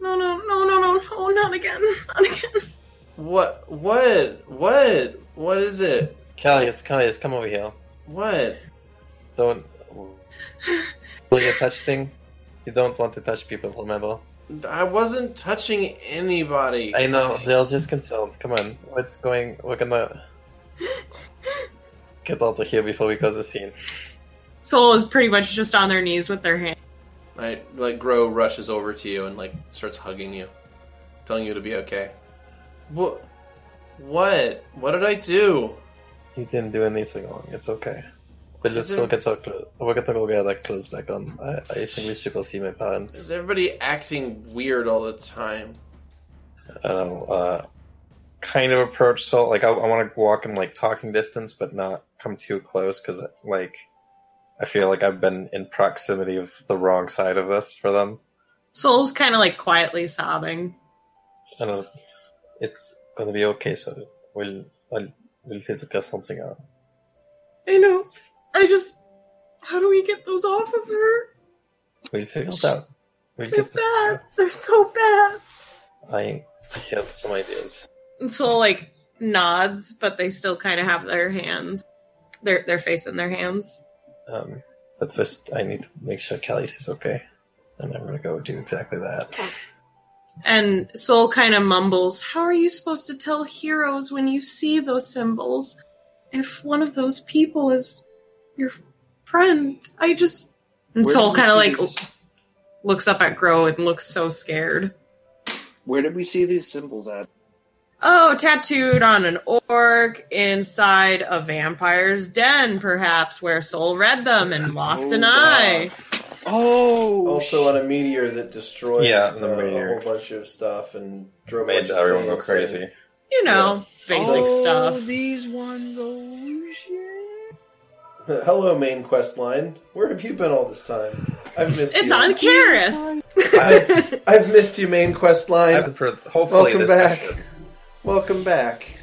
B: No, no, no, no, no, no, not again, not again.
F: What what what what is it?
D: Callius, Callius, come over here.
F: What?
D: Don't. Will you touch thing? You don't want to touch people, remember?
F: I wasn't touching anybody.
D: I know, they're just concerned. Come on, what's going. We're gonna. Get out of here before we cause a scene.
B: Soul is pretty much just on their knees with their hand.
F: I like Grow rushes over to you and like starts hugging you, telling you to be okay. What? What? What did I do?
D: You didn't do anything wrong, it's okay. But let's
F: Is
D: go
F: it-
D: get our clothes. We're gonna go get our clothes back on. I, I think we should go see my parents.
F: Is everybody acting weird all the time?
D: and I'll uh, kind of approach Salt. Like I, I want to walk in like talking distance, but not come too close because like I feel like I've been in proximity of the wrong side of this for them.
B: Soul's kind of like quietly sobbing.
D: I don't. It's gonna be okay. So we'll I'll, we'll figure something out.
B: I know. I just. How do we get those off of her?
D: We'll figure it out. We'll
B: They're
D: get this.
B: bad. They're so bad.
D: I have some ideas.
B: And Soul like nods, but they still kind of have their hands, their their face in their hands.
D: Um, but first, I need to make sure Callius is okay, and I'm gonna go do exactly that.
B: And Soul kind of mumbles, "How are you supposed to tell heroes when you see those symbols? If one of those people is your friend, I just." And
E: Where
B: Soul
E: did we
B: kind of
E: see
B: like
E: these-
B: looks up at Grow and looks so scared.
E: Where did we see these symbols at?
B: Oh, tattooed on an orc inside a vampire's den, perhaps, where Soul read them and lost an
E: Oh,
B: eye.
E: Oh.
F: Also on a meteor that destroyed
D: Yeah, the
F: uh,
D: meteor.
F: a whole bunch of stuff and drove a
D: Made
F: bunch of
D: everyone go
F: fans
D: crazy.
F: and-
B: You know, basic
E: oh,
B: stuff.
E: These ones. Oh shit.
F: Hello, main quest line. Where have you been all this time? I've missed
B: It's
F: you.
B: on Karis.
F: I've, I've missed you, main quest
D: I
F: line.
D: prefer, hopefully
F: Welcome
D: this
F: back.
D: session-
F: Welcome back.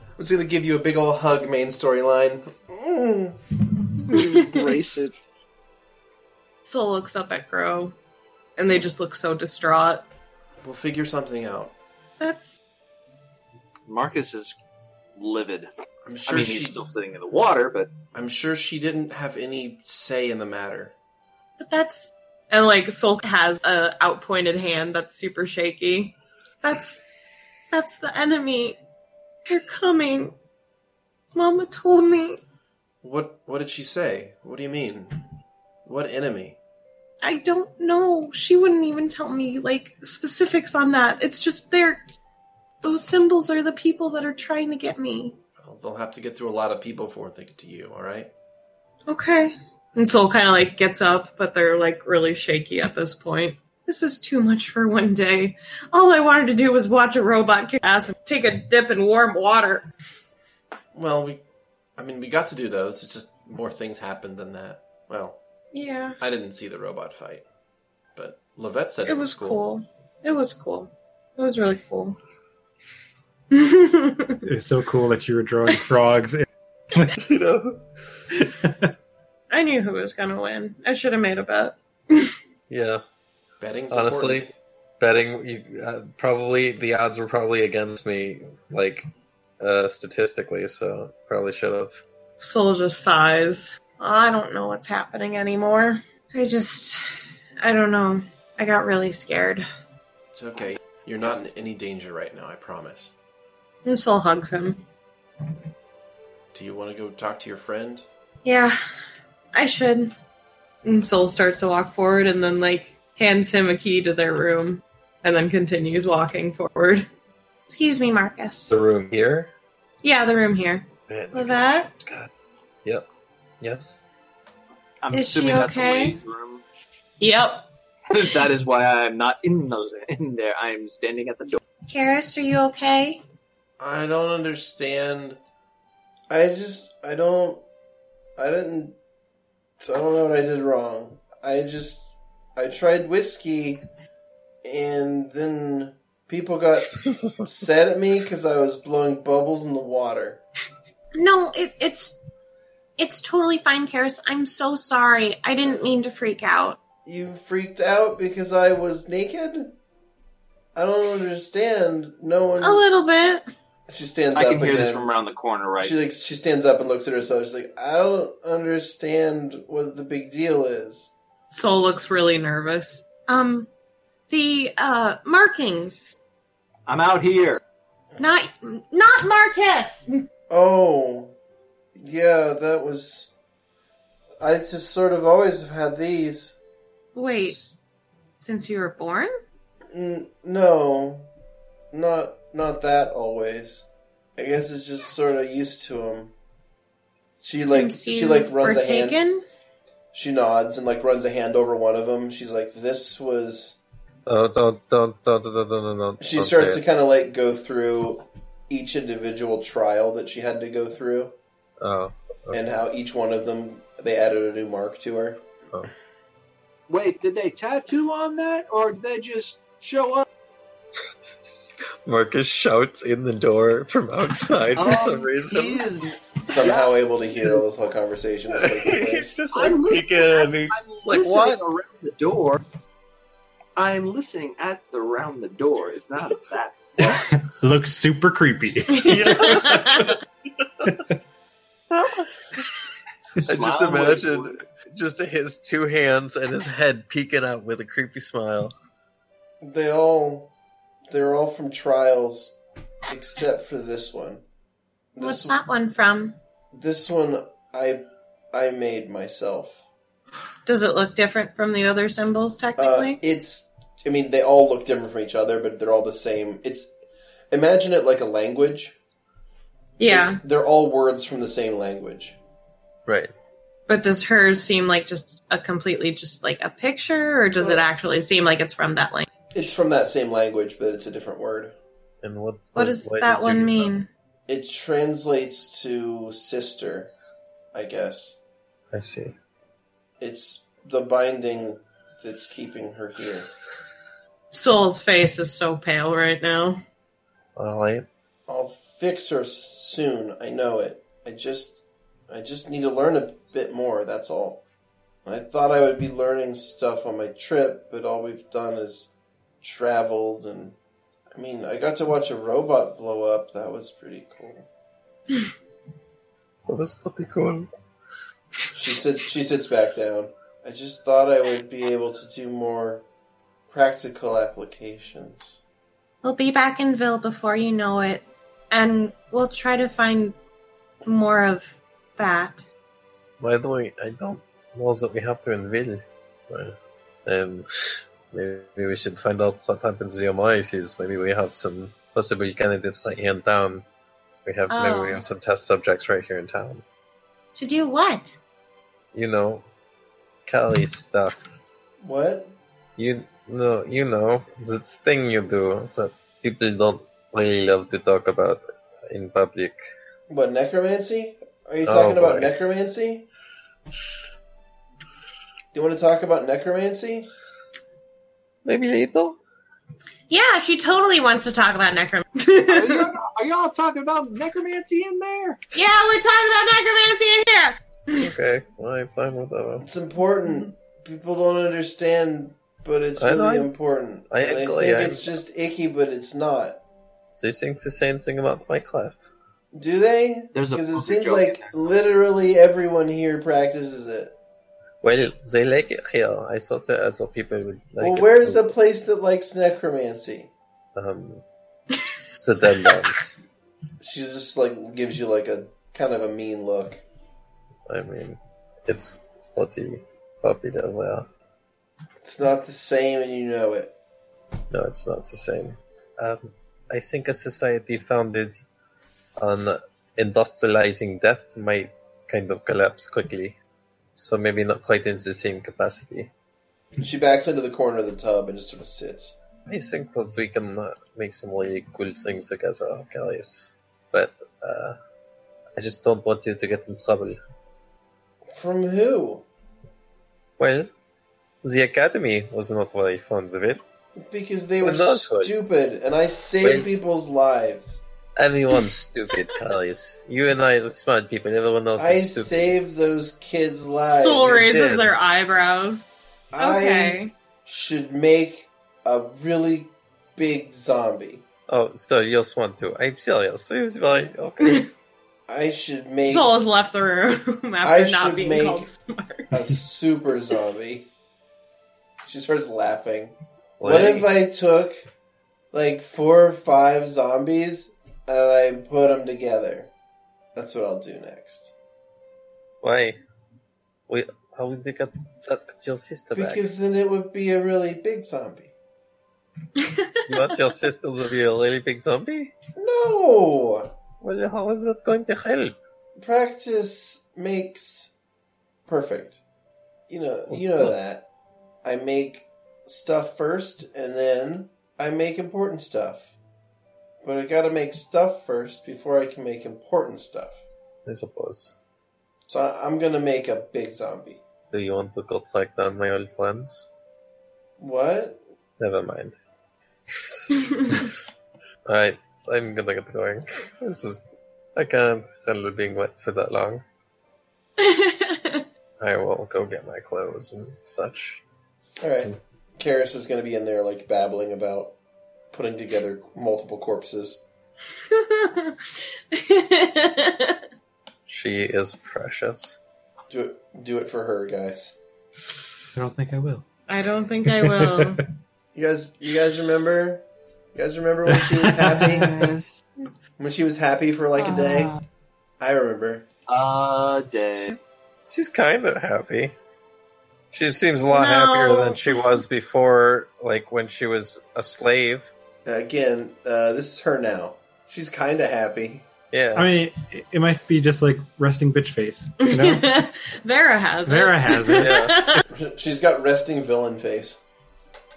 F: I was gonna give you a big ol' hug, main storyline. Mm.
E: Embrace it.
B: Soul looks up at Grow, and they just look so distraught.
F: We'll figure something out.
B: That's
E: Marcus is livid.
F: I'm
E: I
F: sure
E: mean,
F: she.
E: he's still sitting in the water, but
F: I'm sure she didn't have any say in the matter.
B: but that's and like Soul has a outpointed hand that's super shaky. That's that's the enemy. They're coming. Mama told me.
F: What? What did she say? What do you mean? What enemy?
B: I don't know. She wouldn't even tell me like specifics on that. It's just they're those symbols are the people that are trying to get me.
F: Well, they'll have to get through a lot of people before they get to you. All right.
B: Okay. And Soul kind of like gets up, but they're like really shaky at this point. This is too much for one day. All I wanted to do was watch a robot kick ass and take a dip in warm water.
F: Well, we. I mean, we got to do those. It's just more things happened than that. Well,
B: Yeah,
F: I didn't see the robot fight, but Levette said it,
B: it was
F: cool.
B: cool. It was cool. It was really cool.
C: It was so cool that you were drawing frogs.
D: you know?
B: I knew who was gonna win. I should have made a bet.
D: Yeah,
F: Betting's
D: honestly,
F: important.
D: betting you, uh, probably the odds were probably against me, like uh, statistically. So probably should have.
B: Soul just sighs.
H: I don't know what's happening anymore. I just, I don't know. I got really scared.
F: It's okay. You're not in any danger right now. I promise.
B: And Soul hugs him.
F: Do you want to go talk to your friend?
H: Yeah, I should.
B: And Soul starts to walk forward and then, like, hands him a key to their room and then continues walking forward.
H: Excuse me, Marcus.
D: The room here.
H: Yeah, the room here.
D: Man,
H: Levette?
D: God. Yep. Yes.
E: I'm
H: Is she
E: assuming that's
H: okay?
E: the ladies' room.
B: Yep.
E: that is why I am not in the, in there. I am standing at the door.
H: Karis, are you okay?
F: I don't understand. I just I don't I didn't I don't know what I did wrong. I just I tried whiskey and then people got upset at me cuz I was blowing bubbles in the water.
H: No, it, it's it's totally fine, Karis. I'm so sorry. I didn't mean to freak out.
F: You freaked out because I was naked? I don't understand. No one
H: A little bit.
F: She stands
E: I
F: up
E: can hear
F: again.
E: this from around the corner, right?
F: She like she stands up and looks at herself. She's like, I don't understand what the big deal is.
B: Soul looks really nervous.
H: Um the uh markings.
E: I'm out here.
H: Not not Marcus.
F: Oh, yeah, that was. I just sort of always have had these.
H: Wait, since you were born?
F: N- no, not not that always. I guess it's just sort of used to them. She like
H: since you
F: she like runs
H: were
F: a hand.
H: taken?
F: She nods and like runs a hand over one of them. She's like, "This was."
D: Oh, don't, don't, don't, don't, don't, don't, don't.
F: She
D: don't
F: starts
D: say
F: to
D: it.
F: kind of like go through each individual trial that she had to go through
D: Oh,
F: and how each one of them they added a new mark to her.
E: Wait, did they tattoo on that, or did they just show up?
D: Marcus shouts in the door from outside for some
E: Oh, he
D: reason.
E: is-
F: Somehow able to hear this whole conversation that's taking
D: he's
F: place.
D: just
E: I
D: like
E: look-
D: peeking and he's
E: I'm
D: like,
E: listening
D: "What?"
E: around the door. I'm listening at the round the door. It's not that.
G: Looks super creepy.
D: I just
E: Smile when you
D: imagine just his two hands and his head peeking out with a creepy smile.
F: They all they're all from trials except for this one.
H: What's
F: This
H: that one from?
F: this one I I made myself.
B: Does it look different from the other symbols,
F: Uh,
B: technically?
F: it's I mean they all look different from each other, but they're all the same. It's imagine it like a language.
B: yeah.
F: It's- they're all words from the same language.
D: Right.
B: But does hers seem like just a completely just like a picture, or does it actually seem like it's from that language?
F: It's from that same language, but it's a different word.
D: And what?
H: What does
D: why
H: that
D: did you
H: one
D: do
H: mean?
F: It translates to sister, I guess.
D: that? I see.
F: It's the binding that's keeping her here.
B: Soul's face is so pale right now.
D: Well, I,
F: I'll fix her soon. I know it. I just, I just need to learn a bit more. That's all. I thought I would be learning stuff on my trip, but all we've done is traveled and. I mean, I got to watch a robot blow up. That was pretty cool.
D: that was pretty cool.
F: She sits. She sits back down. I just thought I would be able to do more practical applications.
H: We'll be back in Ville before you know it, and we'll try to find more of that.
D: By the way, I don't know that we have to invade. Well, um, maybe we should find out what happened to the Oasis. Maybe we have some possible candidates right here in town. We have maybe we
H: Oh.
D: have some test subjects right here in town.
H: To do what?
D: You know, Cali stuff.
F: What?
D: You know, you know that thing you do that people don't really love to talk about in public.
F: What necromancy? Are you
D: Oh,
F: talking about
D: boy.
F: necromancy? You want to talk about necromancy?
D: Maybe later.
H: Yeah, she totally wants to talk about necromancy.
E: Are, you, are y'all talking about necromancy in there?
H: Yeah, we're talking about necromancy in here.
D: Okay, well, I'm fine with that.
F: It's important. People don't understand But it's
D: I
F: really
D: like-
F: important.
D: I
F: And
D: actually-
F: think
D: I-
F: it's just icky, but it's not.
D: They think the same thing about Minecraft.
F: Do they?
E: There's a
F: Because it
E: fucking
F: seems
E: joke
F: like
E: in there.
F: literally everyone here practices it.
D: Well, they like it here. I thought that other people would like
F: well,
D: it.
F: where's
D: too.
F: a place that likes necromancy?
D: Um, the Dunlands.
F: She just like gives you like a kind of a mean look.
D: I mean, it's pretty popular there.
F: It's not the same, and you know it.
D: No, it's not the same. Um, I think a society founded on industrializing death might kind of collapse quickly. So maybe not quite in the same capacity.
F: She backs into the corner of the tub and just sort of sits.
D: I think that we can uh, make some really cool things together, guys. But uh, I just don't want you to get in trouble.
F: From who?
D: Well, the academy was not very fond of it.
F: Because they were
D: Well, that's right.
F: stupid, and I
D: Wait.
F: saved people's lives.
D: Everyone's stupid, Carlius. You and I are smart people. Everyone else
F: I
D: is stupid.
F: saved those kids' lives.
B: Soul raises
D: did.
B: their eyebrows.
F: I
B: Okay.
F: should make a really big zombie.
D: Oh, so you're smart too. I'm serious. It was very okay.
F: I should make
B: Soul has left the room
F: I
B: after not
F: should
B: being
F: make-
B: called smart.
F: a super zombie. She starts laughing. What
D: Like,
F: if I took like four or five zombies and I put them together? That's what I'll do next.
D: Why? We how would you get that get your sister back?
F: Because then it would be a really big zombie.
D: You want your sister to be a really big zombie?
F: No!
D: Well, how is that going to help?
F: Practice makes perfect. You know, you know that. I make stuff first and then I make important stuff. But I gotta make stuff first before I can make important stuff.
D: I suppose.
F: So I- I'm gonna make a big zombie.
D: Do you want to go track down my old friends?
F: What?
D: Never mind. Alright, I'm gonna get going. This is I can't handle being wet for that long. I will go get my clothes and such.
F: Alright. Karis is gonna be in there, like, babbling about putting together multiple corpses.
D: She is precious.
F: Do it, do it for her, guys.
C: I don't think I will.
B: I don't think I will.
F: You guys, you guys remember? You guys remember when she was happy?
E: Yes,
F: when she was happy for like a day?
B: Uh.
F: I remember.
E: a day.
D: She's, she's kind of happy. She seems a
B: No.
D: lot happier than she was before, like when she was a slave.
F: Again, uh, this is her now. She's kind of happy.
D: Yeah.
C: I mean, it, it might be just like resting bitch face. You know?
B: Vera has
C: Vera
B: it.
C: has it.
F: She's got resting villain face.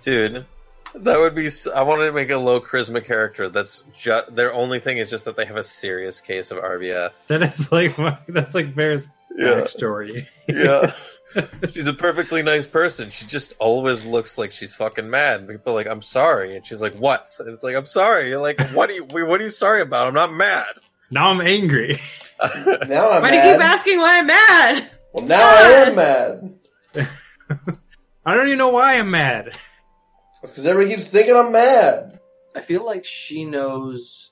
D: Dude, that would be. s- I wanted to make a low charisma character. That's ju- their only thing is just that they have a serious case of RBF.
C: That is like my, that's like Vera's backstory.
D: yeah. she's a perfectly nice person. She just always looks like she's fucking mad. People are like, "I'm sorry," and she's like, "What?" And it's like, "I'm sorry." You're like, "What are you? What are you sorry about? I'm not mad."
C: Now I'm angry.
F: Now I'm
B: Why do you
F: mad.
B: keep asking why I'm mad?
F: well, now I am mad
C: I don't even know why I'm mad.
F: because everybody keeps thinking I'm mad.
E: I feel like she knows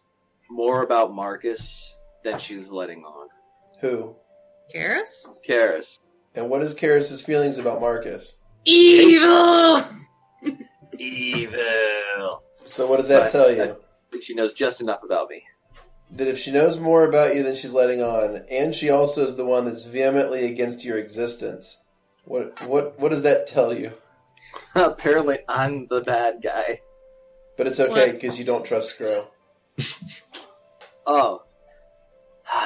E: more about Marcus than she's letting on.
F: Who
B: Karis?
E: Karis.
F: and what is Karis's feelings about Marcus?
B: Evil!
E: Evil.
F: So what does that
E: Right.
F: tell you?
E: I think she knows just enough about me.
F: That if she knows more about you than she's letting on, and she also is the one that's vehemently against your existence, what what what does that tell you?
E: Apparently, I'm the bad guy.
F: But it's okay
B: What?
F: because you don't trust Grow.
E: Oh.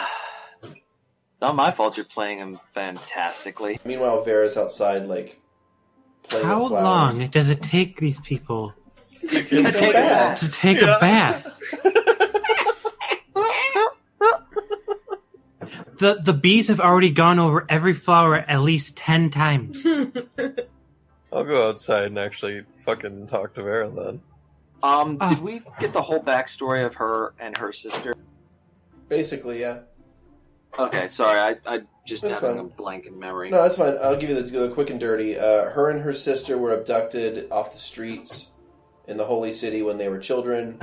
E: Not my fault you're playing him fantastically.
F: Meanwhile, Vera's outside, like playing
C: How
F: with flowers.
C: long does it take these people
F: It's so bad.
C: to take
D: Yeah.
C: a bath? The the bees have already gone over every flower at least ten times.
D: I'll go outside and actually fucking talk to Vera then.
E: Um,
C: Ah.
E: did we get the whole backstory of her and her sister?
F: Basically, yeah.
E: Okay, sorry, I, I just
F: That's
E: having
F: fine.
E: a blank in memory.
F: No, that's fine. I'll give you the, the quick and dirty. Uh, her and her sister were abducted off the streets in the holy city when they were children.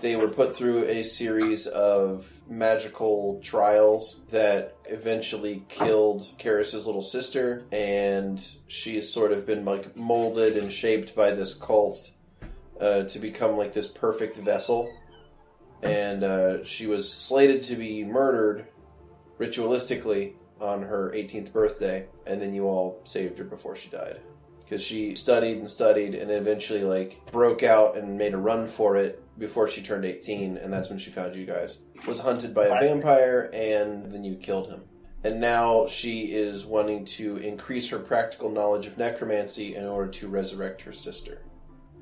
F: They were put through a series of magical trials that eventually killed Karis's little sister, and she has sort of been like molded and shaped by this cult uh, to become like this perfect vessel. And uh, she was slated to be murdered ritualistically on her 18th birthday, and then you all saved her before she died. Because she studied and studied and eventually, like, broke out and made a run for it before she turned 18, and that's when she found you guys. Was hunted by a vampire, and then you killed him. And now she is wanting to increase her practical knowledge of necromancy in order to resurrect her sister,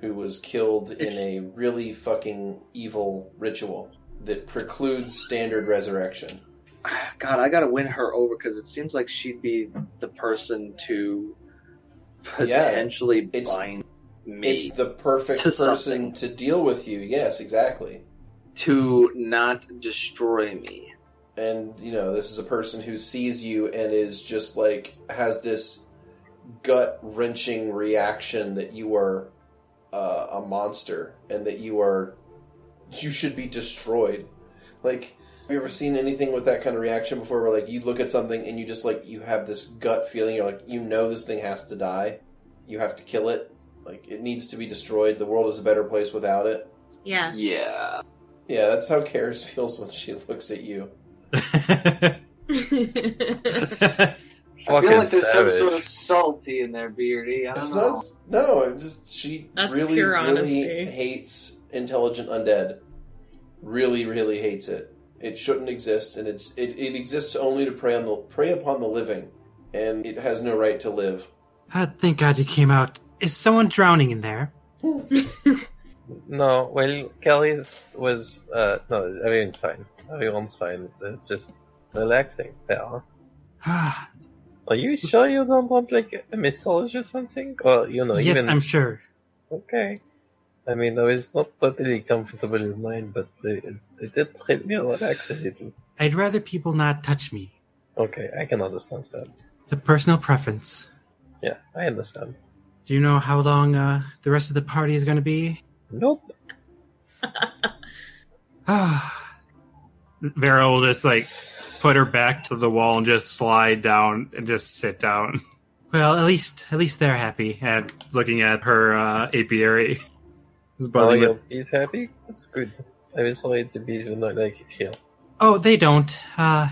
F: who was killed in a really fucking evil ritual that precludes standard resurrection.
E: God, I gotta win her over because it seems like she'd be the person to
F: Yeah,
E: potentially
F: it's-
E: bind me
F: It's the perfect
E: To
F: person
E: something.
F: to deal with you. Yes, exactly.
E: to not destroy me.
F: And you know, this is a person who sees you and is just like has this gut wrenching reaction that you are uh, a monster and that you are you should be destroyed. Like, have you ever seen anything with that kind of reaction before? Where like you look at something and you just like you have this gut feeling. You're like, you know, this thing has to die. You have to kill it. Like, it needs to be destroyed. The world is a better place without it.
H: Yes.
E: Yeah.
F: Yeah, that's how Karis feels when she looks at you.
C: Ah,
E: I feel
D: Fucking
E: like there's some sort
D: savage.
E: of salty in there, Beardy. I don't
F: It's
E: know.
F: not. No, it just she
B: That's
F: really,
B: pure
F: really
B: honesty.
F: hates intelligent undead. Really, really hates it. It shouldn't exist, and it's it, it exists only to prey on the prey upon the living, and it has no right to live.
C: Ah, thank God you came out. Is someone drowning in there?
E: Hmm.
D: No, well, Kelly's was uh, no, everyone's fine. Everyone's fine. It's just relaxing there.
C: Ah,
D: Are you sure you don't want like a massage or something? Or you know,
C: yes,
D: even
C: I'm sure.
D: okay. I mean, I was not totally comfortable in mine, but they, they did help me relax a little.
C: I'd rather people not touch me.
D: Okay, I can understand that.
C: It's a personal preference.
D: Yeah, I understand.
C: Do you know how long uh, the rest of the party is going to be?
D: Nope.
C: Ah,
G: Vera will just like put her back to the wall and just slide down and just sit down,
C: well, at least at least they're happy.
G: and looking at her uh, apiary. Just
D: Oh,
G: buzzing
D: your
G: with-
D: bees happy? That's good. I was worried the bees would not like it here.
C: Oh, they don't. Uh,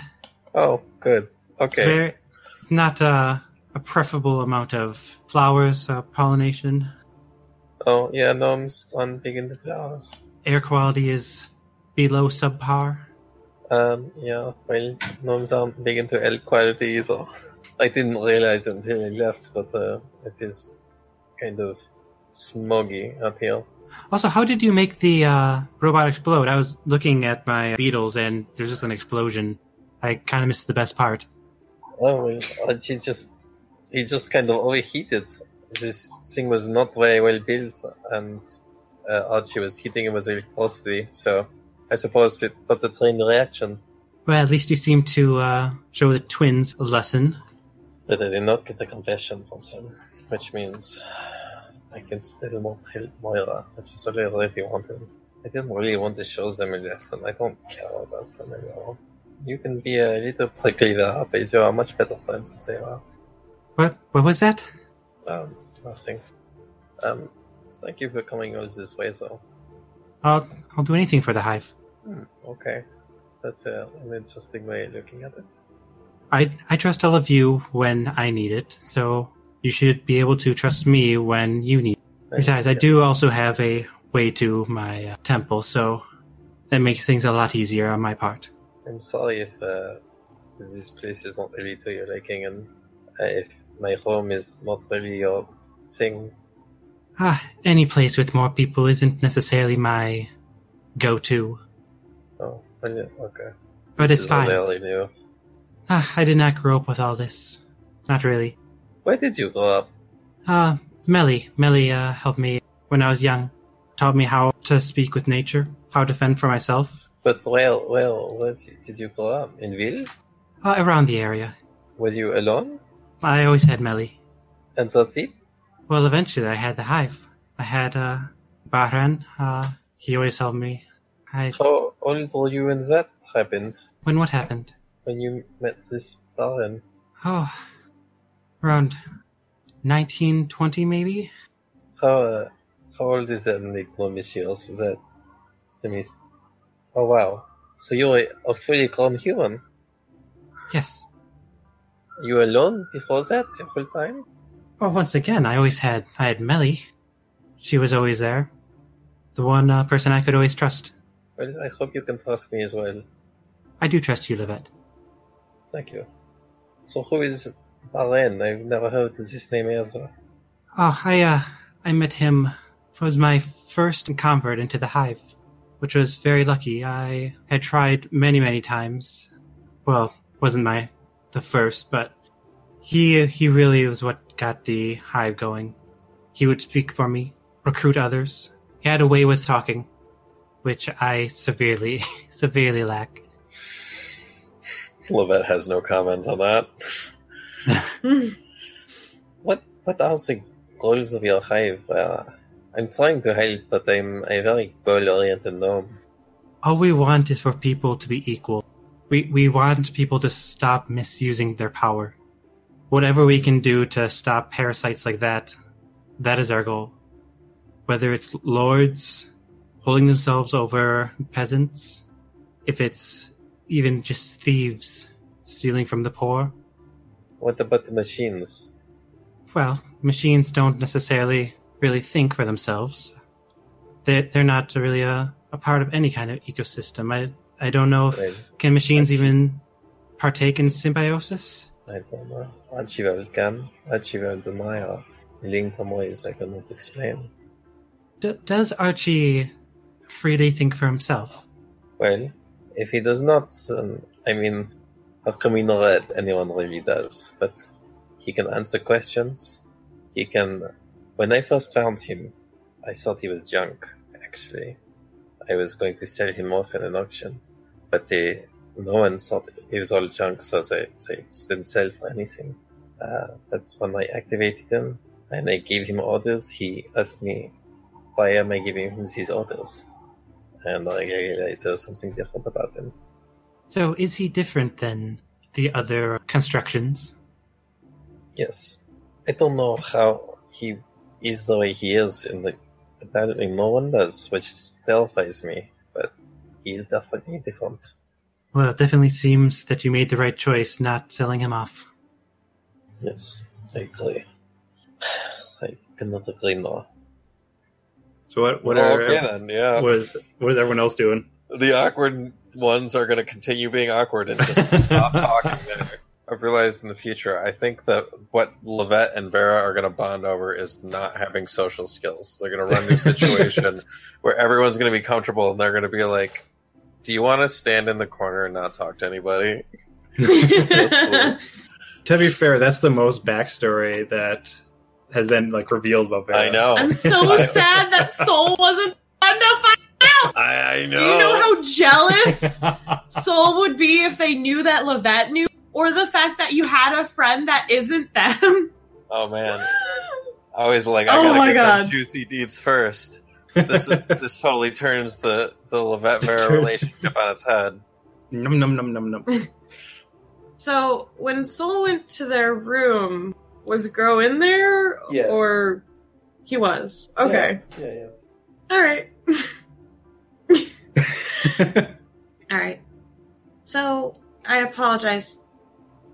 D: Oh, good.
C: it's
D: Okay.
C: very- it's not uh, a preferable amount of flowers uh, pollination.
D: Oh, yeah, gnomes on big into flowers.
C: Air quality is below subpar.
D: Um, yeah, well, gnomes aren't big into elk quality, so I didn't realize until I left, but uh, it is kind of smoggy up here.
C: Also, how did you make the uh, robot explode? I was looking at my beetles, and there's just an explosion. I kind of missed the best part.
D: Oh, well, uh, she just, he just kind of overheated. This thing was not very well built, and uh, Archie was hitting it with electricity, so I suppose it got a train reaction,
C: Well, at least you seem to uh, show the twins a lesson.
D: but I did not get a confession from them, which means I can still not help Moira, which is what I really wanted. I didn't really want to show them a lesson. I don't care about them anymore. You can be a little prickly there, but you are much better friends than they are.
C: What? What was that?
D: Um, nothing. Um, thank you for coming all this way, though.
C: I'll I'll do anything for the hive.
D: Okay. That's uh, an interesting way of looking at it.
C: I I trust all of you when I need it, so you should be able to trust me when you need. It. Besides, I do also have a way to my uh, temple, so that makes things a lot easier on my part.
D: I'm sorry if uh, this place is not really to your liking and uh, if my home is not really your thing.
C: Ah, any place with more people isn't necessarily my go-to.
D: Oh, well, yeah, okay.
C: But
D: This
C: it's
D: is all
C: fine.
D: I really knew.
C: Ah, I did not grow up with all this. Not really.
D: Where did you grow up?
C: Uh, Melly. Melly uh, helped me when I was young. Taught me how to speak with nature, how to fend for myself.
D: But where, where, where did you- did you grow up? In Ville?
C: Uh, around the area.
D: Were you alone?
C: I always had Melly.
D: And that's it?
C: Well, eventually I had the hive. I had uh, Bahran. Uh, he always helped me. I
D: How old were you when that happened?
C: when what happened?
D: When you met this Baron?
C: Oh, around nineteen twenty maybe.
D: How, uh, how old is that Nick Monsieur? Is that. Let me. s- Oh wow. So you're a, a fully grown human.
C: Yes.
D: You alone before that the whole time?
C: Well, once again, I always had I had Melly. She was always there. The one uh, person I could always trust.
D: Well, I hope you can trust me as well.
C: I do trust you, Livette.
D: Thank you. So who is Baren? I've never heard this name either.
C: Oh, I uh, I met him. It was my first convert into the hive, which was very lucky. I had tried many, many times. Well, wasn't my the first, but he he really was what got the hive going. He would speak for me, recruit others. He had a way with talking, which I severely severely lack.
D: Lovett has no comment on that. what what are the goals of your hive? Uh, I'm trying to help, but I'm a very goal-oriented gnome.
C: all we want is for people to be equal. We we want people to stop misusing their power. Whatever we can do to stop parasites like that, that is our goal. Whether it's lords holding themselves over peasants, if it's even just thieves stealing from the poor,
D: What about the machines?
C: well, machines don't necessarily really think for themselves. They're, they're not really a, a part of any kind of ecosystem. I, I don't know if.
D: Right.
C: Can machines
D: That's-
C: even partake in symbiosis?
D: I don't know. Archival can, archival denial. Linked in ways I cannot explain.
C: D- does Archie freely think for himself?
D: Well, if he does not, um, I mean, how come we know that anyone really does? But he can answer questions. He can. When I first found him, I thought he was junk, actually. I was going to sell him off in an auction, but they, no one thought he was all junk, so they, they didn't sell for anything. Uh, but when I activated him and I gave him orders, he asked me, why am I giving him these orders? and I realized there was something different about him.
C: So is he different than the other constructions?
D: Yes. I don't know how he is the way he is in the apparently no one does, which terrifies me, but he is definitely different.
C: Well, it definitely seems that you made the right choice not selling him off.
D: Yes, I agree. I cannot agree more.
G: So what? What are?
D: yeah.
G: What is? What is everyone else doing?
D: the awkward ones are going to continue being awkward and just stop talking. There. I've realized in the future, I think that what Levette and Vera are going to bond over is not having social skills. They're going to run into a situation where everyone's going to be comfortable and they're going to be like, "Do you want to stand in the corner and not talk to anybody?" Yes,
G: To be fair, that's the most backstory that has been like revealed about Vera.
D: I know.
B: I'm so sad that Soul wasn't on to find out.
D: I, I know.
B: Do you know how jealous Soul would be if they knew that Levette knew, or the fact that you had a friend that isn't them?
D: Oh man. I was like, I
B: Oh
D: gotta
B: my
D: get them
B: God.
D: juicy deeds first. This is, this totally turns the the Levette Vera
G: Turn-
D: relationship on its head.
G: Num num num num num.
B: So when Soul went to their room, was Grow in there?
F: Yes.
B: Or he was. Okay.
F: Yeah, yeah.
B: Alright.
H: All right. So I apologize.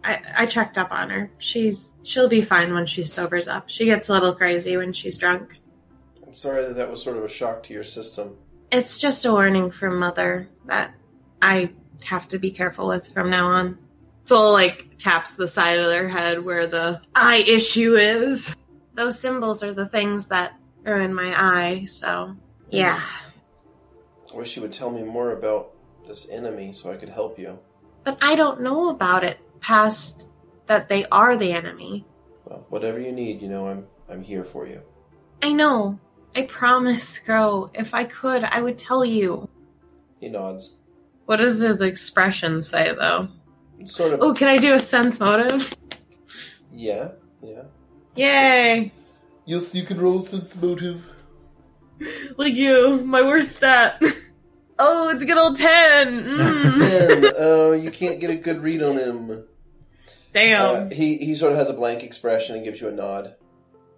H: I, I checked up on her. She's she'll be fine when she sobers up. She gets a little crazy when she's drunk.
F: I'm sorry that that was sort of a shock to your system.
H: It's just a warning from mother that I have to be careful with from now on.
B: Soul like taps the side of their head where the eye issue is.
H: Those symbols are the things that are in my eye, so yeah.
F: I wish you would tell me more about this enemy so I could help you.
H: But I don't know about it past that they are the enemy.
F: Well, whatever you need, you know, I'm I'm here for you.
H: I know. I promise, Grow. If I could, I would tell you.
F: He nods.
B: What does his expression say though?
F: sort of.
B: Oh, can I do a sense motive?
F: Yeah, yeah.
B: Yay!
F: Yes, you can roll sense motive.
B: Like you, my worst stat. Oh, it's a good old 10. Mm.
F: Ten. Oh, you can't get a good read on him. Uh,
B: Damn.
F: he he sort of has a blank expression and gives you a nod.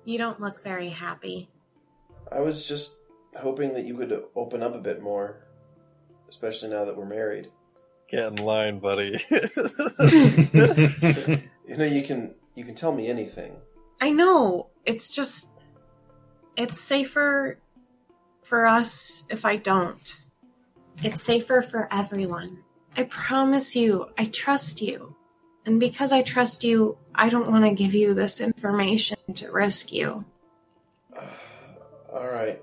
B: you don't look very happy.
F: I was just hoping that you could open up a bit more, especially now that we're married.
D: Get in line, buddy.
F: You know, you can you can tell me anything.
B: I know. It's just. It's safer for us if I don't. It's safer for everyone. I promise you, I trust you. And because I trust you, I don't want to give you this information to risk you.
F: All right.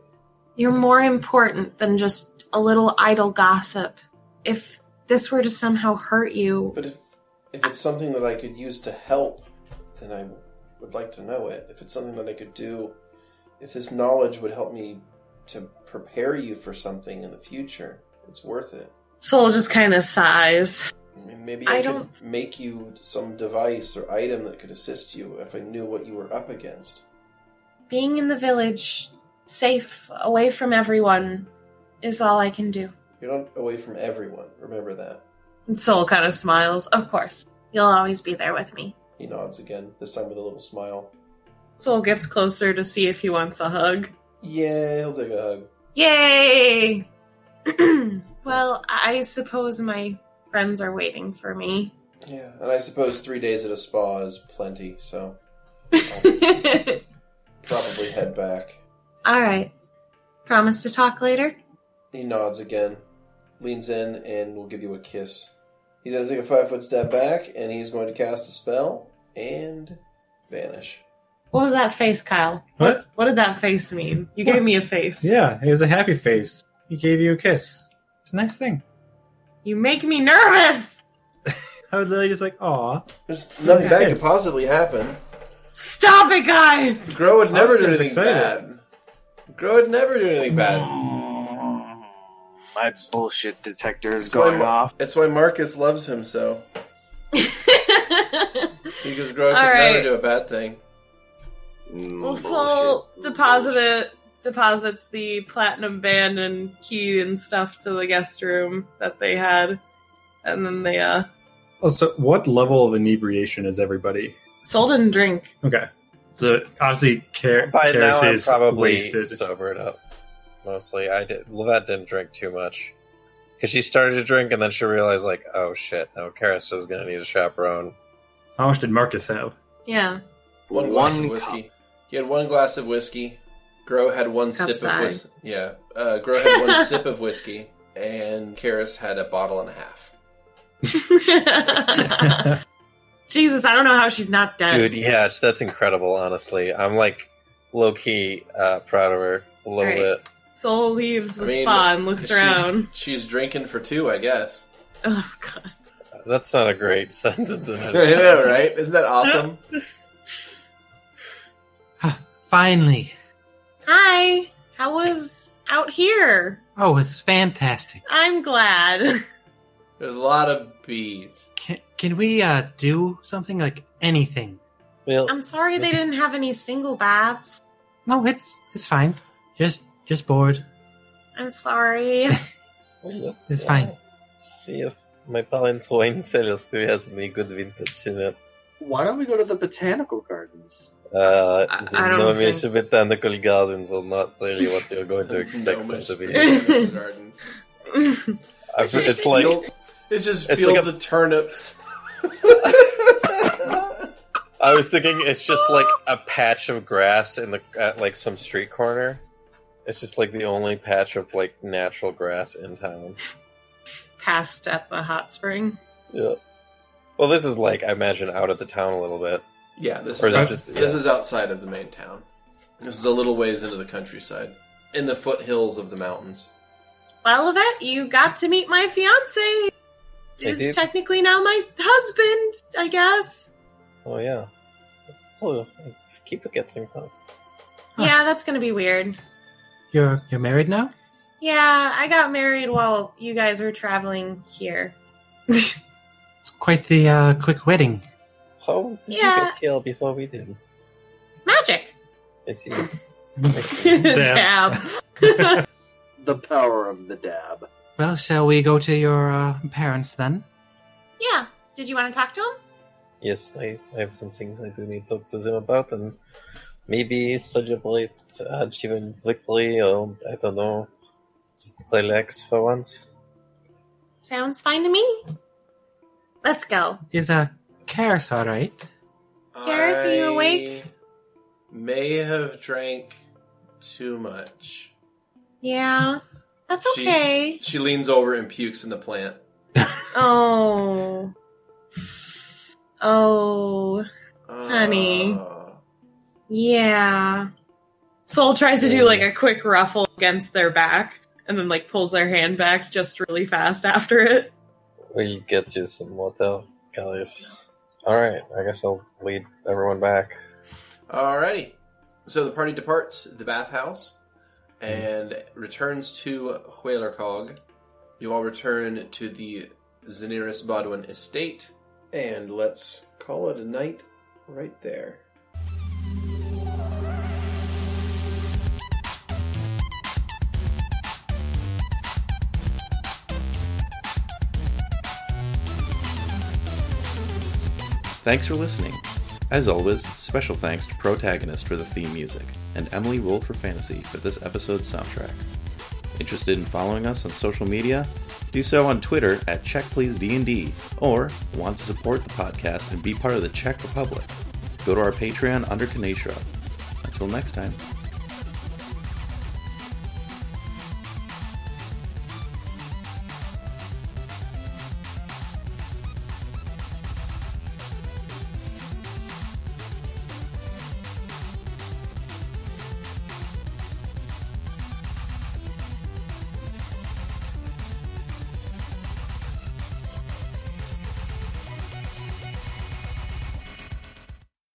B: You're more important than just a little idle gossip. If this were to somehow hurt you,
F: But if, if it's something that I could use to help, then I would like to know it. If it's something that I could do, if this knowledge would help me to prepare you for something in the future, it's worth it.
K: Soul just kind of sighs.
F: I mean, maybe
B: I
F: I, could
B: don't-
F: make you some device or item that could assist you if I knew what you were up against.
B: being in the village, safe, away from everyone, is all I can do.
F: You're not away from everyone. Remember that.
K: Soul kind of smiles.
B: Of course, you'll always be there with me.
F: He nods again, this time with a little smile.
K: Soul gets closer to see if he wants a hug.
F: Yeah, he'll take a hug.
B: Yay! well, I suppose my friends are waiting for me.
F: Yeah, and I suppose three days at a spa is plenty, so
B: all
F: probably head back.
B: right. Promise to talk later?
F: He nods again, leans in, and will give you a kiss. He's going to take a five foot step back, and he's going to cast a spell and vanish.
K: What was that face, Kyle?
A: What?
K: What did that face mean? You
A: What?
K: gave me a face.
A: Yeah, it was a happy face. He gave you a kiss. It's a nice thing.
K: You make me nervous.
A: I was literally just like, aw.
F: There's nothing bad
A: Yes.
F: could possibly happen.
K: Stop it, guys.
F: Grow would never do
A: just
F: anything
A: excited.
F: bad. Grow would never do anything bad.
E: My bullshit detector is
F: That's why
E: going
F: my-
E: off.
F: That's why Marcus loves him so. Because Grow could
K: All
F: never
K: right.
F: do a bad thing.
E: Mm,
K: Well, Soul
E: bullshit.
K: deposit it, deposits the platinum band and key and stuff to the guest room that they had, and then they uh,
A: Also, what level of inebriation is everybody?
K: Soul didn't drink.
A: Okay. So, obviously, Car-
D: By now,
A: Karis
D: I'm
A: is
D: probably
A: wasted.
D: sobered up. Mostly, I did. Levette didn't drink too much because she started to drink and then she realized, like, oh shit, no, Karis is gonna need a chaperone.
A: How much did Marcus have?
B: Yeah.
F: One glass
E: One
F: of whiskey. He had one glass of whiskey. Grow had one
B: Cup
F: sip of
B: size.
F: whiskey. Yeah. Uh, Grow had one sip of whiskey, and Karis had a bottle and a half.
K: Jesus, I don't know how she's not
C: Uh,
K: dead.
D: Dude, yeah, that's incredible. Honestly, I'm like low key uh, proud of her a little
K: Right.
D: bit.
K: Soul leaves the
F: I mean,
K: spa and looks
F: She's-
K: around.
F: She's drinking for two, I guess.
K: Oh god.
D: That's not a great sentence. in
F: I
D: it.
F: know, right? Isn't that awesome?
C: Finally.
B: Hi! How was out here?
C: Oh, it's fantastic.
B: I'm glad.
F: There's a lot of bees.
C: Can, can we uh, do something like anything?
D: Well,
C: Um,
B: I'm sorry they didn't have any single baths.
C: No, it's it's fine. Just just bored.
B: I'm sorry.
D: let's,
C: It's fine.
D: See if my parents' wine cellar still has any good vintage in it.
E: Why don't we go to the botanical gardens?
D: Uh,
B: I-
D: the
B: I don't
D: Gnomish
B: think-
D: botanical gardens are not really what you're going to expect them
F: Gnomish
D: to be.
F: botanical gardens.
D: I've- it's like
F: Field- it's just
D: it's
F: fields
D: like
F: of turnips.
D: I was thinking, it's just like a patch of grass in the at like some street corner. It's just like the only patch of like natural grass in town.
K: Passed at the hot spring.
D: Yeah. Well, this is like I imagine out of the town a little bit,
F: yeah, this
D: or is
F: is
D: that
F: out,
D: just yeah.
F: this is outside of the main town. This is a little ways into the countryside, in the foothills of the mountains.
B: well, Yvette, you got to meet my fiance.
D: did.
B: Is technically now my husband, I guess.
D: Oh yeah, that's cool. I keep forgetting something.
C: Huh.
B: Yeah, that's gonna be weird.
C: You're you're married now?
B: Yeah, I got married while you guys were traveling here.
C: It's quite the uh, quick wedding.
D: How did you
H: Yeah.
D: get here before we did?
H: Magic.
D: I see.
B: Dab.
E: The power of the dab.
C: well, shall we go to your uh, parents then?
H: Yeah. Did you want to talk to him?
D: yes, I, I have some things I do need to talk to them about, and maybe celebrate Archie's victory, or I don't know, just relax for once.
H: Sounds fine to me. Let's go.
C: Is uh, Karis all right?
H: Harris, are you
F: I
H: awake?
F: May have drank too much.
H: Yeah. That's
F: She-
H: okay.
F: She leans over and pukes in the plant.
H: Oh. Oh.
F: Uh,
H: Honey. Yeah.
B: Soul tries to do like a quick ruffle against their back and then like pulls their hand back just really fast after it.
D: We'll get you some water, guys. Alright, I guess I'll lead everyone back.
F: Alrighty. So the party departs the bathhouse and returns to Huelercog. You all return to the Zeniris Bodwin estate. And let's call it a night right there.
L: Thanks for listening. As always, special thanks to Protagonist for the theme music and Emily Rule for Fantasy for this episode's soundtrack. Interested in following us on social media? Do so on Twitter at CheckPleaseDND or want to support the podcast and be part of the Czech Republic? Go to our Patreon under Kaneshra. Until next time.